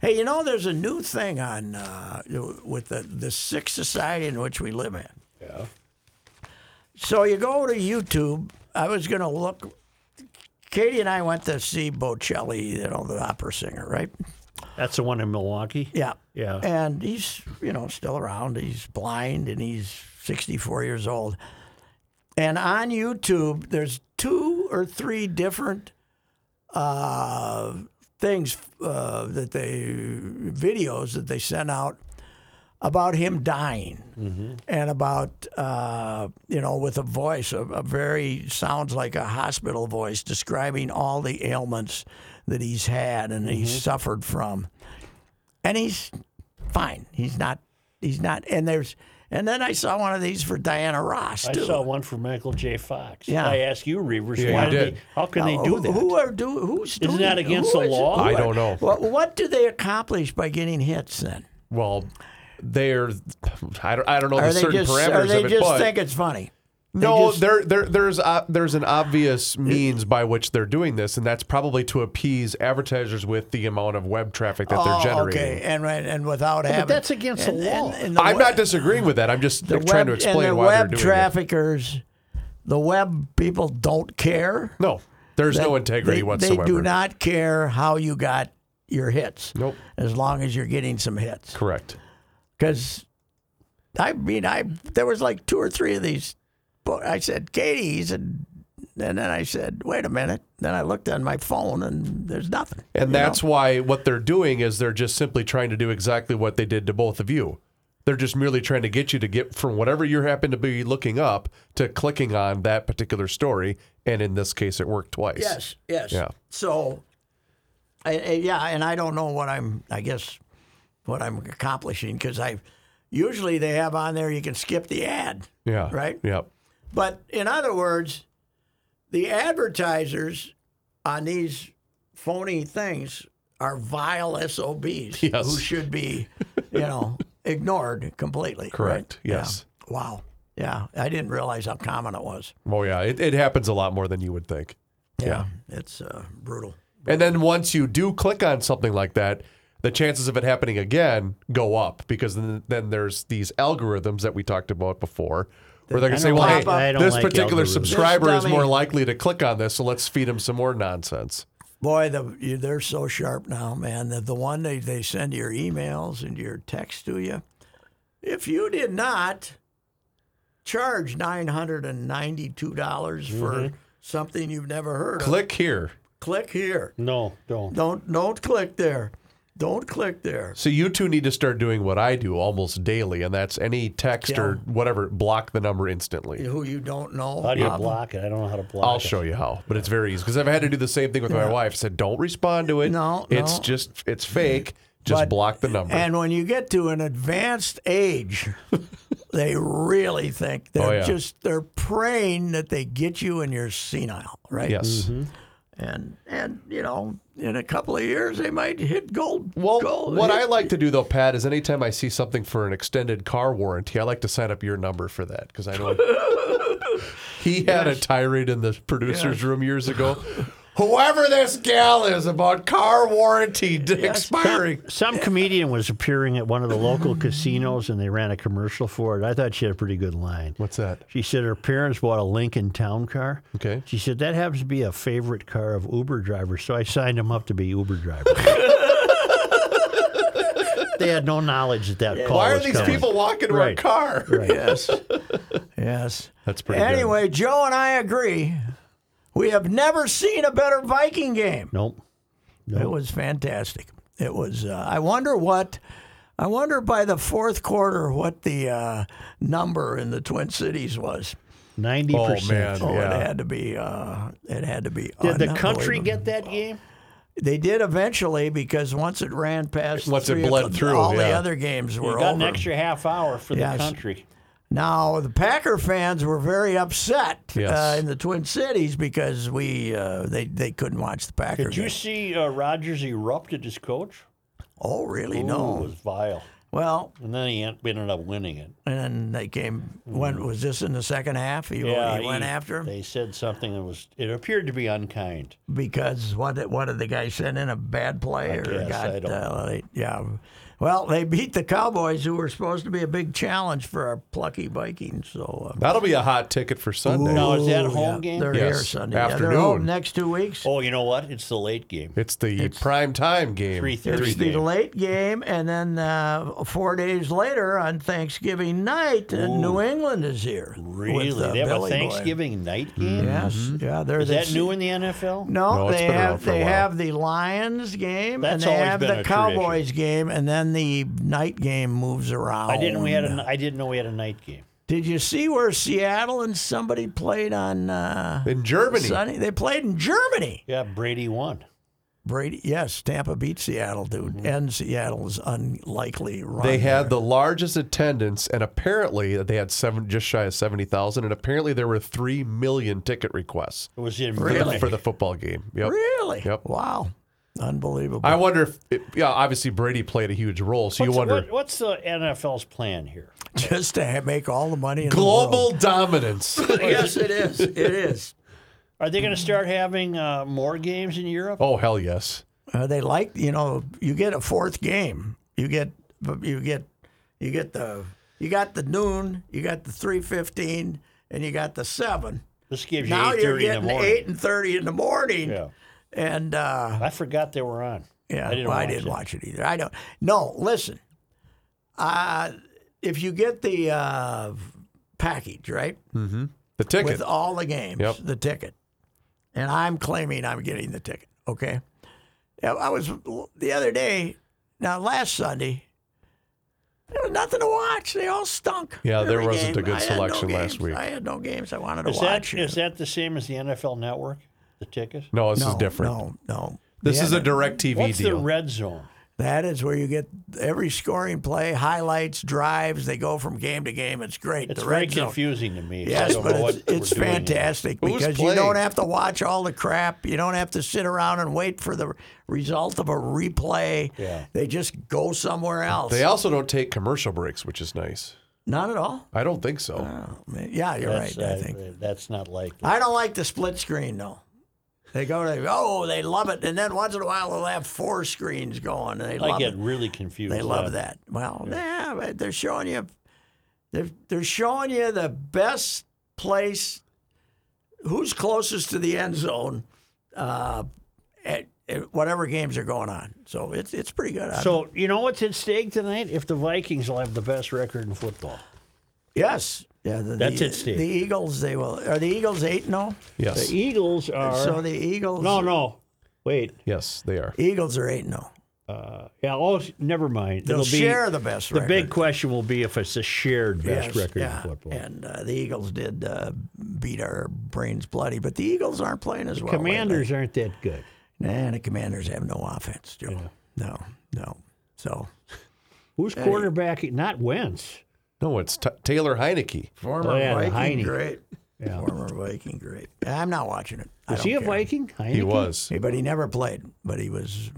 Speaker 2: Hey, you know, there's a new thing on uh, with the, the sick society in which we live in. Yeah. So you go to YouTube. I was going to look. Katie and I went to see Bocelli, you know, the opera singer, right?
Speaker 3: That's the one in Milwaukee.
Speaker 2: Yeah.
Speaker 3: Yeah.
Speaker 2: And he's, you know, still around. He's blind and he's 64 years old. And on YouTube, there's two or three different uh, things uh, that they, videos that they sent out about him dying
Speaker 3: Mm-hmm.
Speaker 2: and about, uh, you know, with a voice, a, a very, sounds like a hospital voice describing all the ailments that he's had and
Speaker 3: Mm-hmm.
Speaker 2: he's suffered from and he's fine. He's not. He's not. And there's. And then I saw one of these for Diana Ross
Speaker 3: I
Speaker 2: too.
Speaker 3: saw one for Michael J. Fox.
Speaker 2: Yeah.
Speaker 3: I asked you, Reavers,
Speaker 1: Yeah,
Speaker 3: why
Speaker 1: you
Speaker 3: do
Speaker 1: did.
Speaker 3: they, how can
Speaker 2: Now,
Speaker 3: they do
Speaker 2: who,
Speaker 3: that?
Speaker 2: Who uh, are do? Who's doing?
Speaker 3: that against
Speaker 2: who
Speaker 3: the
Speaker 2: is-
Speaker 3: law?
Speaker 2: who
Speaker 3: I
Speaker 2: are-
Speaker 1: don't know.
Speaker 2: What, what do they accomplish by getting hits then?
Speaker 1: Well, they're I don't I don't know
Speaker 2: Are
Speaker 1: the
Speaker 2: they
Speaker 1: certain
Speaker 2: just?
Speaker 1: parameters
Speaker 2: Are they
Speaker 1: of it,
Speaker 2: just
Speaker 1: but
Speaker 2: think it's funny?
Speaker 1: no,
Speaker 2: just-
Speaker 1: there there there's uh, there's an obvious means by which they're doing this, and that's probably to appease advertisers with the amount of web traffic that they're
Speaker 2: oh,
Speaker 1: generating.
Speaker 2: okay, and right, and without having.
Speaker 3: that's against the
Speaker 2: and-
Speaker 3: law.
Speaker 2: and- and the
Speaker 1: I'm
Speaker 2: web-
Speaker 1: not disagreeing with that. I'm just
Speaker 2: the
Speaker 1: trying to
Speaker 2: web-
Speaker 1: explain
Speaker 2: and the
Speaker 1: why
Speaker 2: web
Speaker 1: they're doing
Speaker 2: traffickers, the web people don't care.
Speaker 1: it. No, there's no
Speaker 2: that
Speaker 1: integrity
Speaker 2: they,
Speaker 1: whatsoever.
Speaker 2: They do not care how you got your hits.
Speaker 1: Nope.
Speaker 2: As long as you're getting some hits.
Speaker 1: Correct.
Speaker 2: Because, I mean, I there was like two or three of these. But I said, Katie, he said, and then I said, wait a minute. Then I looked on my phone and there's nothing.
Speaker 1: And that's why what they're doing is they're just simply trying to do exactly what they did to both of you. They're just merely trying to get you to get from whatever you happen to be looking up to clicking on that particular story. And in this case, it worked twice.
Speaker 2: Yes, yes.
Speaker 1: Yeah.
Speaker 2: So, I, I- yeah, and I don't know what I'm. I guess what I'm accomplishing because I usually they have on there you can skip the ad.
Speaker 1: Yeah.
Speaker 2: Right?
Speaker 1: Yep.
Speaker 2: But in other words, the advertisers on these phony things are vile SOBs
Speaker 1: Yes.
Speaker 2: who should be, you know, ignored completely.
Speaker 1: Correct.
Speaker 2: right?
Speaker 1: Yes.
Speaker 2: Yeah. Wow. Yeah. I didn't realize how common it was.
Speaker 1: Oh, yeah. It, it happens a lot more than you would think.
Speaker 2: Yeah. It's uh, brutal.
Speaker 1: And then once you do click on something like that, the chances of it happening again go up because then, then there's these algorithms that we talked about before where they're going
Speaker 3: I
Speaker 1: to say,
Speaker 3: don't
Speaker 1: well,
Speaker 3: like-
Speaker 1: hey,
Speaker 3: I don't
Speaker 1: this
Speaker 3: like
Speaker 1: particular
Speaker 3: algorithms.
Speaker 1: subscriber
Speaker 2: This
Speaker 1: is more
Speaker 2: dummy-
Speaker 1: likely to click on this, so let's feed him some more nonsense.
Speaker 2: Boy, the, you, they're so sharp now, man. The, the one they, they send your emails and your texts to you. If you did not charge $992 dollars for something you've never heard of,
Speaker 1: Click here.
Speaker 2: click here.
Speaker 3: No, don't.
Speaker 2: Don't don't click there. Don't click there.
Speaker 1: So you two need to start doing what I do almost daily, and that's any text or whatever, block the number instantly.
Speaker 2: Who you don't know.
Speaker 3: How do you
Speaker 2: Bob.
Speaker 3: block it? I don't know how to block
Speaker 1: I'll
Speaker 3: it.
Speaker 1: show you how, but it's very easy because I've had to do the same thing with my wife. Said, don't respond to it.
Speaker 2: No,
Speaker 1: it's
Speaker 2: no.
Speaker 1: just it's fake. Just
Speaker 2: But-
Speaker 1: block the number.
Speaker 2: And when you get to an advanced age, they really think they're
Speaker 1: Oh, yeah.
Speaker 2: just they're praying that they get you and you're senile, right?
Speaker 1: yes.
Speaker 2: And and you know, in a couple of years they might hit gold.
Speaker 1: Well,
Speaker 2: gold,
Speaker 1: what
Speaker 2: hit-
Speaker 1: I like to do though, Pat, is anytime I see something for an extended car warranty, I like to sign up your number for that because I know he had a tirade in the producers' room years ago. Whoever this gal is about car warranty d- expiring.
Speaker 3: Some comedian was appearing at one of the local casinos and they ran a commercial for it. I thought she had a pretty good line.
Speaker 1: What's that?
Speaker 3: She said her parents bought a Lincoln Town Car.
Speaker 1: Okay.
Speaker 3: She said that happens to be a favorite car of Uber drivers, so I signed him up to be Uber driver. they had no knowledge that that call
Speaker 1: Why are
Speaker 3: was
Speaker 1: these
Speaker 3: coming.
Speaker 1: people walking to
Speaker 3: Right.
Speaker 1: our car?
Speaker 2: Yes. yes.
Speaker 1: That's pretty. good.
Speaker 2: Anyway, Joe and I agree. We have never seen a better Viking game.
Speaker 3: Nope.
Speaker 1: Oh,
Speaker 2: It was fantastic. It was. Uh, I wonder what. I wonder by the fourth quarter what the uh, number in the Twin Cities was.
Speaker 3: Ninety
Speaker 1: oh man,
Speaker 3: percent.
Speaker 2: Oh,
Speaker 1: yeah.
Speaker 2: it had to be. Uh, it had to be.
Speaker 3: Did the country
Speaker 2: unbelievable.
Speaker 3: get that game?
Speaker 2: They did eventually because once it ran past,
Speaker 1: Once it
Speaker 2: three
Speaker 1: bled
Speaker 2: o'clock,
Speaker 1: through,
Speaker 2: all the
Speaker 1: yeah.
Speaker 2: other games were
Speaker 3: We got an
Speaker 2: over.
Speaker 3: extra half hour for
Speaker 2: Yes.
Speaker 3: the country.
Speaker 2: Now the Packer fans were very upset uh,
Speaker 1: Yes.
Speaker 2: in the Twin Cities because we uh, they they couldn't watch the Packer.
Speaker 3: Did you
Speaker 2: game.
Speaker 3: see uh, Rogers erupt at his coach?
Speaker 2: Oh, really?
Speaker 3: Ooh, it
Speaker 2: No.
Speaker 3: was vile.
Speaker 2: Well,
Speaker 3: And then he en- ended up winning it.
Speaker 2: And then they came. When was this in the second half? He, he went
Speaker 3: he-
Speaker 2: after him
Speaker 3: They said something that was. It appeared to be unkind.
Speaker 2: because what? did- What did the guy send in a bad play or
Speaker 3: guess,
Speaker 2: got?
Speaker 3: I don't
Speaker 2: uh, they- yeah. Well, they beat the Cowboys, who were supposed to be a big challenge for our plucky Vikings. So uh,
Speaker 1: that'll be a hot ticket for Sunday.
Speaker 3: Now is that
Speaker 2: ooh,
Speaker 3: a home
Speaker 2: yeah,
Speaker 3: game?
Speaker 2: They're
Speaker 1: Yes,
Speaker 2: here Sunday. Yeah, they're
Speaker 1: afternoon.
Speaker 2: home next two weeks.
Speaker 3: Oh, you know what? It's the late game.
Speaker 1: It's the prime time game.
Speaker 3: Three thirty.
Speaker 2: It's the late game, and then uh, four days later on Thanksgiving night, uh, New England is here. with,
Speaker 3: Really?
Speaker 2: uh,
Speaker 3: they have
Speaker 2: Billy
Speaker 3: a
Speaker 2: Boy.
Speaker 3: Thanksgiving night game?
Speaker 2: Yes, yeah. They're
Speaker 3: Is
Speaker 2: the
Speaker 3: that
Speaker 2: se-
Speaker 3: new in the NFL?
Speaker 2: No,
Speaker 1: No, it's
Speaker 2: they
Speaker 1: been around
Speaker 2: have
Speaker 1: for a
Speaker 2: they
Speaker 1: while.
Speaker 2: have the Lions game
Speaker 3: That's
Speaker 2: and they
Speaker 3: always
Speaker 2: have
Speaker 3: been
Speaker 2: the
Speaker 3: a
Speaker 2: Cowboys game, and then the night game moves around.
Speaker 3: I didn't. We had a. I didn't know we had a night game.
Speaker 2: Did you see where Seattle and somebody played on uh,
Speaker 1: in Germany.
Speaker 2: Sunday? They played in Germany.
Speaker 3: Yeah, Brady won.
Speaker 2: Brady, yes, Tampa beat Seattle, dude,
Speaker 3: Mm-hmm.
Speaker 2: and Seattle's unlikely run.
Speaker 1: They had the largest attendance, and apparently they had seven, just shy of seventy thousand, and apparently there were three million ticket requests
Speaker 3: It was in
Speaker 1: for the-
Speaker 3: Munich.
Speaker 1: for the football game. Yep.
Speaker 2: really,
Speaker 1: Yep.
Speaker 2: wow, unbelievable.
Speaker 1: I wonder if, it, yeah, obviously Brady played a huge role, so
Speaker 3: What's-
Speaker 1: you wonder
Speaker 3: what- what's the NFL's plan here?
Speaker 2: Just to ha- make all the money in The
Speaker 1: global
Speaker 2: world.
Speaker 1: dominance.
Speaker 2: Yes, it is. It is.
Speaker 3: Are they going to start having uh, more games in Europe?
Speaker 1: oh hell yes,
Speaker 2: Uh, they like you know you get a fourth game. You get you get you get the you got the noon. You got the three fifteen, and you got the seven.
Speaker 3: This gives you
Speaker 2: Now
Speaker 3: eight
Speaker 2: you're
Speaker 3: thirty in the
Speaker 2: getting
Speaker 3: morning.
Speaker 2: eight and thirty in the morning.
Speaker 3: Yeah.
Speaker 2: And uh,
Speaker 3: I forgot they were on.
Speaker 2: yeah,
Speaker 3: I didn't
Speaker 2: well,
Speaker 3: watch
Speaker 2: I didn't
Speaker 3: it.
Speaker 2: watch it either. I don't. No, listen. Uh, if you get the uh, package right
Speaker 1: the ticket.
Speaker 2: with all the games,
Speaker 1: Yep.
Speaker 2: the ticket, and I'm claiming I'm getting the ticket. Okay, Yeah, I was the other day. Now last Sunday, there was nothing to watch. They all stunk.
Speaker 1: Yeah, there
Speaker 2: Every
Speaker 1: wasn't a
Speaker 2: game.
Speaker 1: good
Speaker 2: I had no
Speaker 1: selection last
Speaker 2: games.
Speaker 1: week.
Speaker 2: I had no games I wanted to
Speaker 3: Is that
Speaker 2: watch.
Speaker 3: is that the same as the NFL Network? The ticket.
Speaker 1: no, this
Speaker 2: no,
Speaker 1: is different.
Speaker 2: No, no.
Speaker 1: This
Speaker 2: Yeah,
Speaker 1: is a
Speaker 2: that-
Speaker 1: direct TV
Speaker 3: What's the
Speaker 1: deal.
Speaker 3: red zone?
Speaker 2: That is where you get every scoring play, highlights, drives. They go from game to game. It's great.
Speaker 3: It's
Speaker 2: the
Speaker 3: very
Speaker 2: red zone.
Speaker 3: confusing to me. so I
Speaker 2: Yes,
Speaker 3: don't
Speaker 2: but
Speaker 3: know
Speaker 2: it's,
Speaker 3: what we're
Speaker 2: it's
Speaker 3: doing here.
Speaker 2: fantastic
Speaker 1: Who's
Speaker 2: because you
Speaker 1: playing?
Speaker 2: don't have to watch all the crap. You don't have to sit around and wait for the result of a replay.
Speaker 3: Yeah.
Speaker 2: They just go somewhere else.
Speaker 1: they also don't take commercial breaks, which is nice.
Speaker 2: Not at all.
Speaker 1: I don't think so.
Speaker 2: Yeah, you're
Speaker 3: That's,
Speaker 2: right. I
Speaker 3: uh,
Speaker 2: think.
Speaker 3: that's not like
Speaker 2: I don't like the split screen though. They go to oh they love it, and then once in a while they'll have four screens going. And they
Speaker 3: I
Speaker 2: love
Speaker 3: get
Speaker 2: it.
Speaker 3: really confused.
Speaker 2: They love that. Well, yeah, but they're showing you, they're they're showing you the best place, who's closest to the end zone, uh, at, it- whatever games are going on. So it's it's pretty good. I'm-
Speaker 3: So you know what's at stake tonight? If the Vikings will have the best record in football,
Speaker 2: yes, yeah, the,
Speaker 3: That's
Speaker 2: the,
Speaker 3: it, Steve.
Speaker 2: The Eagles, they will. Are the Eagles eight? No.
Speaker 1: Yes.
Speaker 3: the E Eagles are.
Speaker 2: So the Eagles.
Speaker 3: no, no. Wait.
Speaker 1: yes, they are.
Speaker 2: Eagles are eight. No.
Speaker 3: Yeah. Oh, never mind.
Speaker 2: They'll
Speaker 3: It'll be-
Speaker 2: share the best
Speaker 3: The
Speaker 2: record.
Speaker 3: big question will be if it's a shared best
Speaker 2: Yes,
Speaker 3: record
Speaker 2: yeah.
Speaker 3: in football.
Speaker 2: And uh, the Eagles did uh, beat our brains bloody, but the Eagles aren't playing as well. lately.
Speaker 3: Commanders aren't that good.
Speaker 2: Nah, the Commanders have no offense, Joe. No, no. So
Speaker 3: Who's quarterback? Not Wentz.
Speaker 1: No, it's T- Taylor Heineke.
Speaker 2: former
Speaker 3: Oh, yeah, the
Speaker 2: Viking
Speaker 3: Heine.
Speaker 2: great. Former Viking great. I'm not watching it. I
Speaker 3: Is
Speaker 2: don't
Speaker 3: he a
Speaker 2: care.
Speaker 3: Viking? Heineken?
Speaker 1: He was.
Speaker 2: Hey, but he never played. But he was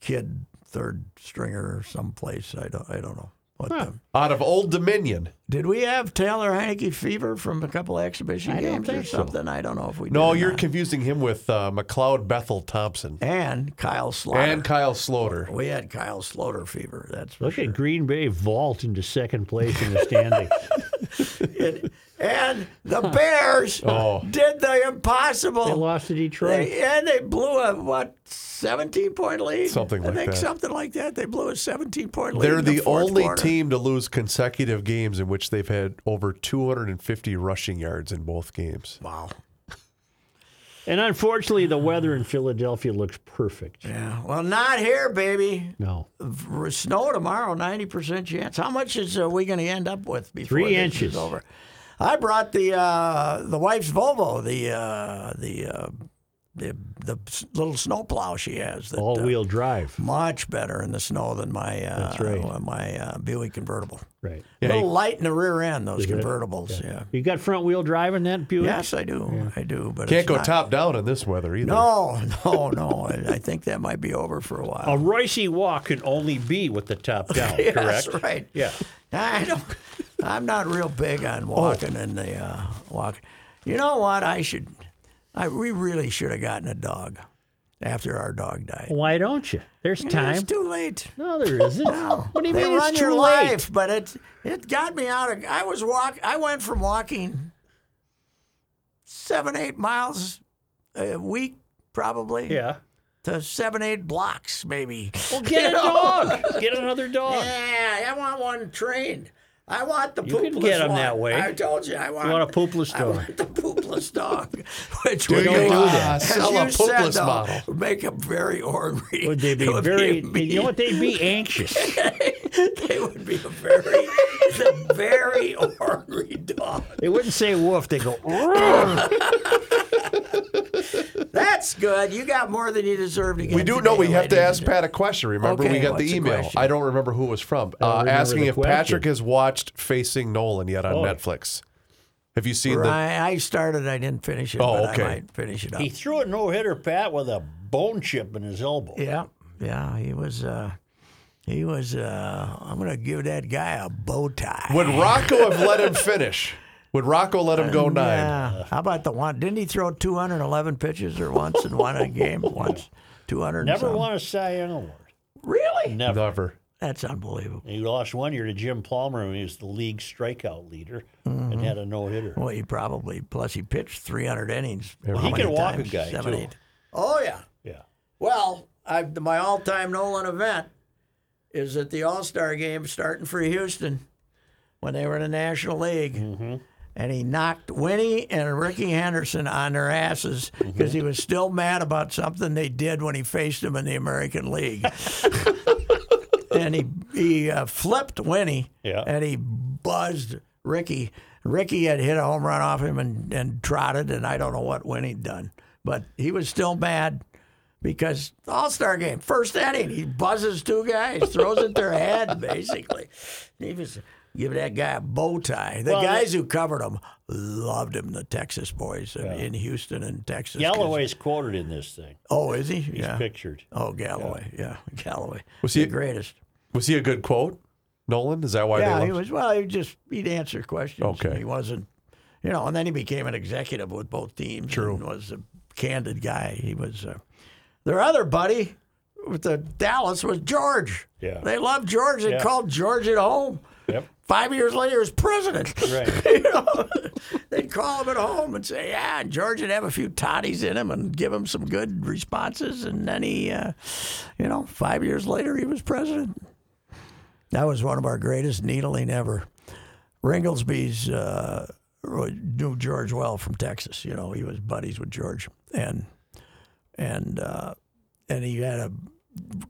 Speaker 2: kid third stringer someplace. I don't. I don't know. What the-
Speaker 1: Out of Old Dominion.
Speaker 2: did we have Taylor Heineke fever from a couple of exhibition
Speaker 3: I don't
Speaker 2: games or
Speaker 3: think so.
Speaker 2: something? I don't know if we.
Speaker 1: No,
Speaker 2: did or
Speaker 1: you're
Speaker 2: not.
Speaker 1: confusing him with uh, McLeod Bethel Thompson
Speaker 2: and Kyle Slaughter.
Speaker 1: and Kyle Sloter.
Speaker 2: we had Kyle Slaughter fever. That's for
Speaker 3: Look
Speaker 2: sure.
Speaker 3: at Green Bay vault into second place in the standings.
Speaker 2: And the Bears
Speaker 1: Oh.
Speaker 2: did the impossible.
Speaker 3: they lost to Detroit.
Speaker 2: They- and they blew a what, seventeen point lead?
Speaker 1: Something
Speaker 2: I
Speaker 1: like
Speaker 2: think
Speaker 1: that.
Speaker 2: something like that. They blew a seventeen point lead.
Speaker 1: They're
Speaker 2: in
Speaker 1: the,
Speaker 2: fourth
Speaker 1: only
Speaker 2: quarter.
Speaker 1: team to lose consecutive games in which they've had over 250 rushing yards in both games.
Speaker 2: Wow.
Speaker 3: And unfortunately, the weather in Philadelphia looks perfect.
Speaker 2: Yeah. Well, not here, baby.
Speaker 3: No,
Speaker 2: R- Snow tomorrow, ninety percent chance. How much is uh, we going to end up with before
Speaker 3: Three
Speaker 2: this
Speaker 3: inches.
Speaker 2: is over? I brought the uh, the wife's Volvo, the uh, the, uh, the the s- little snowplow she has. That, uh,
Speaker 3: all-wheel drive.
Speaker 2: much better in the snow than my uh,
Speaker 3: That's right.
Speaker 2: uh, my uh, Buick convertible.
Speaker 3: Right.
Speaker 2: A little light in the rear end, those convertibles. Yeah.
Speaker 3: You got front-wheel drive in that Buick?
Speaker 2: Yes, I do. I do. But
Speaker 1: Can't
Speaker 2: it's
Speaker 1: go
Speaker 2: not-
Speaker 1: top down in this weather either.
Speaker 2: No, no, no. I, I think that might be over for a while.
Speaker 3: A Roycey walk can only be with the top down,
Speaker 2: Yes,
Speaker 3: correct?
Speaker 2: right.
Speaker 3: Yeah. Oh.
Speaker 2: I don't. I'm not real big on walking in the uh, walk. You know what? I should. I we really should have gotten a dog after our dog died.
Speaker 3: Why don't you? There's time.
Speaker 2: It's too late.
Speaker 3: No, there isn't. What do you
Speaker 2: they
Speaker 3: mean
Speaker 2: run
Speaker 3: it's
Speaker 2: your
Speaker 3: too late?
Speaker 2: life, but it it got me out of. I was walk. I went from walking seven eight miles a week probably
Speaker 3: Yeah.
Speaker 2: to seven eight blocks maybe.
Speaker 3: Well, get a dog. Get another dog.
Speaker 2: Yeah, I want one trained. I want the
Speaker 3: You
Speaker 2: poopless
Speaker 3: can get 'em
Speaker 2: one.
Speaker 3: that way.
Speaker 2: I told you I want.
Speaker 3: You want a poopless
Speaker 2: I
Speaker 3: dog.
Speaker 2: want the poopless dog. Which
Speaker 1: Do
Speaker 2: would
Speaker 1: you
Speaker 2: make-
Speaker 1: do that?
Speaker 2: as
Speaker 1: Sell a
Speaker 2: you said,
Speaker 1: poopless
Speaker 2: though,
Speaker 1: model.
Speaker 2: would Make them very ornery.
Speaker 3: Would they
Speaker 2: It
Speaker 3: be
Speaker 2: would
Speaker 3: very?
Speaker 2: mean-
Speaker 3: you know what? They'd be anxious.
Speaker 2: they would be a very, the very ornery dog.
Speaker 3: They wouldn't say woof. They go. "Roar."
Speaker 2: That's good. You got more than you deserve to get.
Speaker 1: We do know we have to ask Pat a question. Remember,
Speaker 2: Okay,
Speaker 1: we got
Speaker 2: what's
Speaker 1: the
Speaker 2: the
Speaker 1: email.
Speaker 2: question?
Speaker 1: I don't remember who it was from.
Speaker 3: don't
Speaker 1: Uh,
Speaker 3: remember
Speaker 1: asking
Speaker 3: the
Speaker 1: if
Speaker 3: question.
Speaker 1: Patrick has watched Facing Nolan yet on
Speaker 3: Oh.
Speaker 1: Netflix. Have you seen the?
Speaker 2: I, I started. I didn't finish it.
Speaker 1: Oh,
Speaker 2: but
Speaker 1: okay.
Speaker 2: I might finish it up.
Speaker 3: he threw a no hitter, Pat, with a bone chip in his elbow.
Speaker 2: Yeah, yeah. He was. Uh, he was. Uh, I'm gonna give that guy a bow tie.
Speaker 1: Would Rocco have let him finish? Would Rocco let him go nine?
Speaker 2: Yeah. How about the one? Didn't he throw 211 pitches or once and won a game once? 200. and
Speaker 3: Never
Speaker 2: some?
Speaker 3: won a Cy Young award.
Speaker 2: Really?
Speaker 3: Never.
Speaker 1: Never.
Speaker 2: That's unbelievable.
Speaker 3: He lost one year to Jim Palmer, who was the league strikeout leader, and had a no hitter.
Speaker 2: Mm-hmm. Well, he probably. Plus, he pitched 300 innings. How
Speaker 3: He
Speaker 2: many
Speaker 3: can walk a
Speaker 2: times?
Speaker 3: guy,
Speaker 2: Seven,
Speaker 3: too.
Speaker 2: eight. Oh yeah.
Speaker 3: Yeah.
Speaker 2: Well, I, my all-time Nolan event is at the All-Star Game, starting for Houston when they were in the National League, and he knocked Winnie and Ricky Henderson on their asses because he was still mad about something they did when he faced them in the American League. and he he uh, flipped Winnie,
Speaker 3: Yeah.
Speaker 2: and he buzzed Ricky. Ricky had hit a home run off him and, and trotted, and I don't know what Winnie'd done, but he was still mad because All Star game, first inning, he buzzes two guys, throws it their head basically. He was give that guy a bow tie. The guys who covered him loved him, the Texas boys in, in Houston and Texas. 'cause-
Speaker 3: Galloway's quoted in this thing.
Speaker 2: Oh, is he? yeah.
Speaker 3: Pictured.
Speaker 2: Oh, Galloway. Yeah, Galloway.
Speaker 1: Was
Speaker 2: the
Speaker 1: he-
Speaker 2: greatest?
Speaker 1: Was he a good quote, Nolan? Is that why
Speaker 2: Yeah,
Speaker 1: they
Speaker 2: he
Speaker 1: left?
Speaker 2: was. Well, he just he'd answer questions.
Speaker 1: Okay.
Speaker 2: he wasn't, you know. And then he became an executive with both teams. True, and was a candid guy. He was. Uh, their other buddy with the Dallas was George.
Speaker 3: Yeah.
Speaker 2: they loved George. They
Speaker 3: Yeah.
Speaker 2: called George at home.
Speaker 3: Yep.
Speaker 2: Five years later, he's president.
Speaker 3: Right.
Speaker 2: you know, they'd call him at home and say, "Yeah, George would have a few toddies in him and give him some good responses." And then he, uh, you know, five years later, he was president. That was one of our greatest needling ever. Ringlesby's uh, knew George well from Texas. You know, he was buddies with George, and and uh, and he had a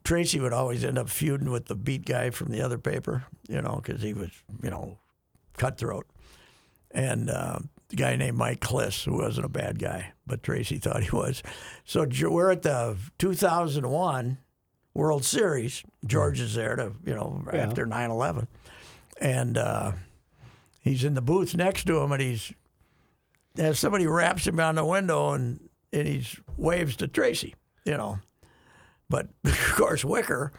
Speaker 2: Tracy would always end up feuding with the beat guy from the other paper, you know, because he was, you know, cutthroat. And uh, the guy named Mike Kliss, who wasn't a bad guy, but Tracy thought he was. So Jo- we're at the 2001 World Series. George is there to, you know, after 9 11. And uh, he's in the booth next to him, and he's, as somebody wraps him on the window, and, and he's waves to Tracy, you know. But of course, Wicker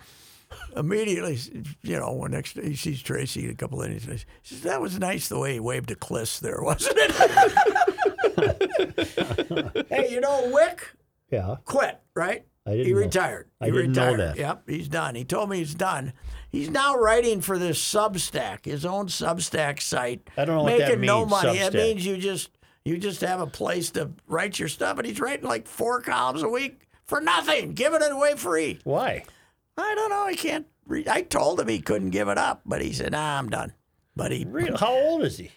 Speaker 2: immediately, you know, when next he sees Tracy a couple innings, he says, "That was nice the way he waved to Cliss there, wasn't it?" hey, you know, Wick
Speaker 3: Yeah.
Speaker 2: quit, right?
Speaker 3: I didn't
Speaker 2: he
Speaker 3: know.
Speaker 2: retired.
Speaker 3: I
Speaker 2: he
Speaker 3: didn't know
Speaker 2: retired.
Speaker 3: that.
Speaker 2: Yep, he's done. He told me he's done. He's now writing for this Substack, his own Substack site.
Speaker 3: I don't know what
Speaker 2: making
Speaker 3: that
Speaker 2: no
Speaker 3: means,
Speaker 2: money. It
Speaker 3: Substack.
Speaker 2: means you just you just have a place to write your stuff, and he's writing like four columns a week for nothing, giving it away free.
Speaker 3: Why?
Speaker 2: I don't know. I can't. Re- I told him he couldn't give it up, but he said, "Nah, I'm done." But he
Speaker 3: Really? How old is he?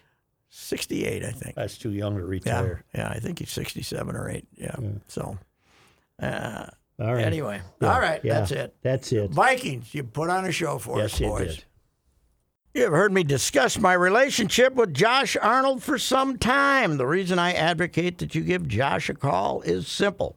Speaker 2: 68, I think.
Speaker 3: That's too young to
Speaker 2: Yeah,
Speaker 3: retire.
Speaker 2: yeah. I think he's 67 or eight. Yeah. So
Speaker 3: All Hmm. right.
Speaker 2: anyway,
Speaker 3: Yeah,
Speaker 2: all right,
Speaker 3: yeah,
Speaker 2: that's it.
Speaker 3: That's it.
Speaker 2: Vikings, you put on a show for
Speaker 3: Yes,
Speaker 2: us,
Speaker 3: you
Speaker 2: boys.
Speaker 3: did.
Speaker 2: You have heard me discuss my relationship with Josh Arnold for some time. The reason I advocate that you give Josh a call is simple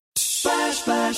Speaker 6: Splash, splash,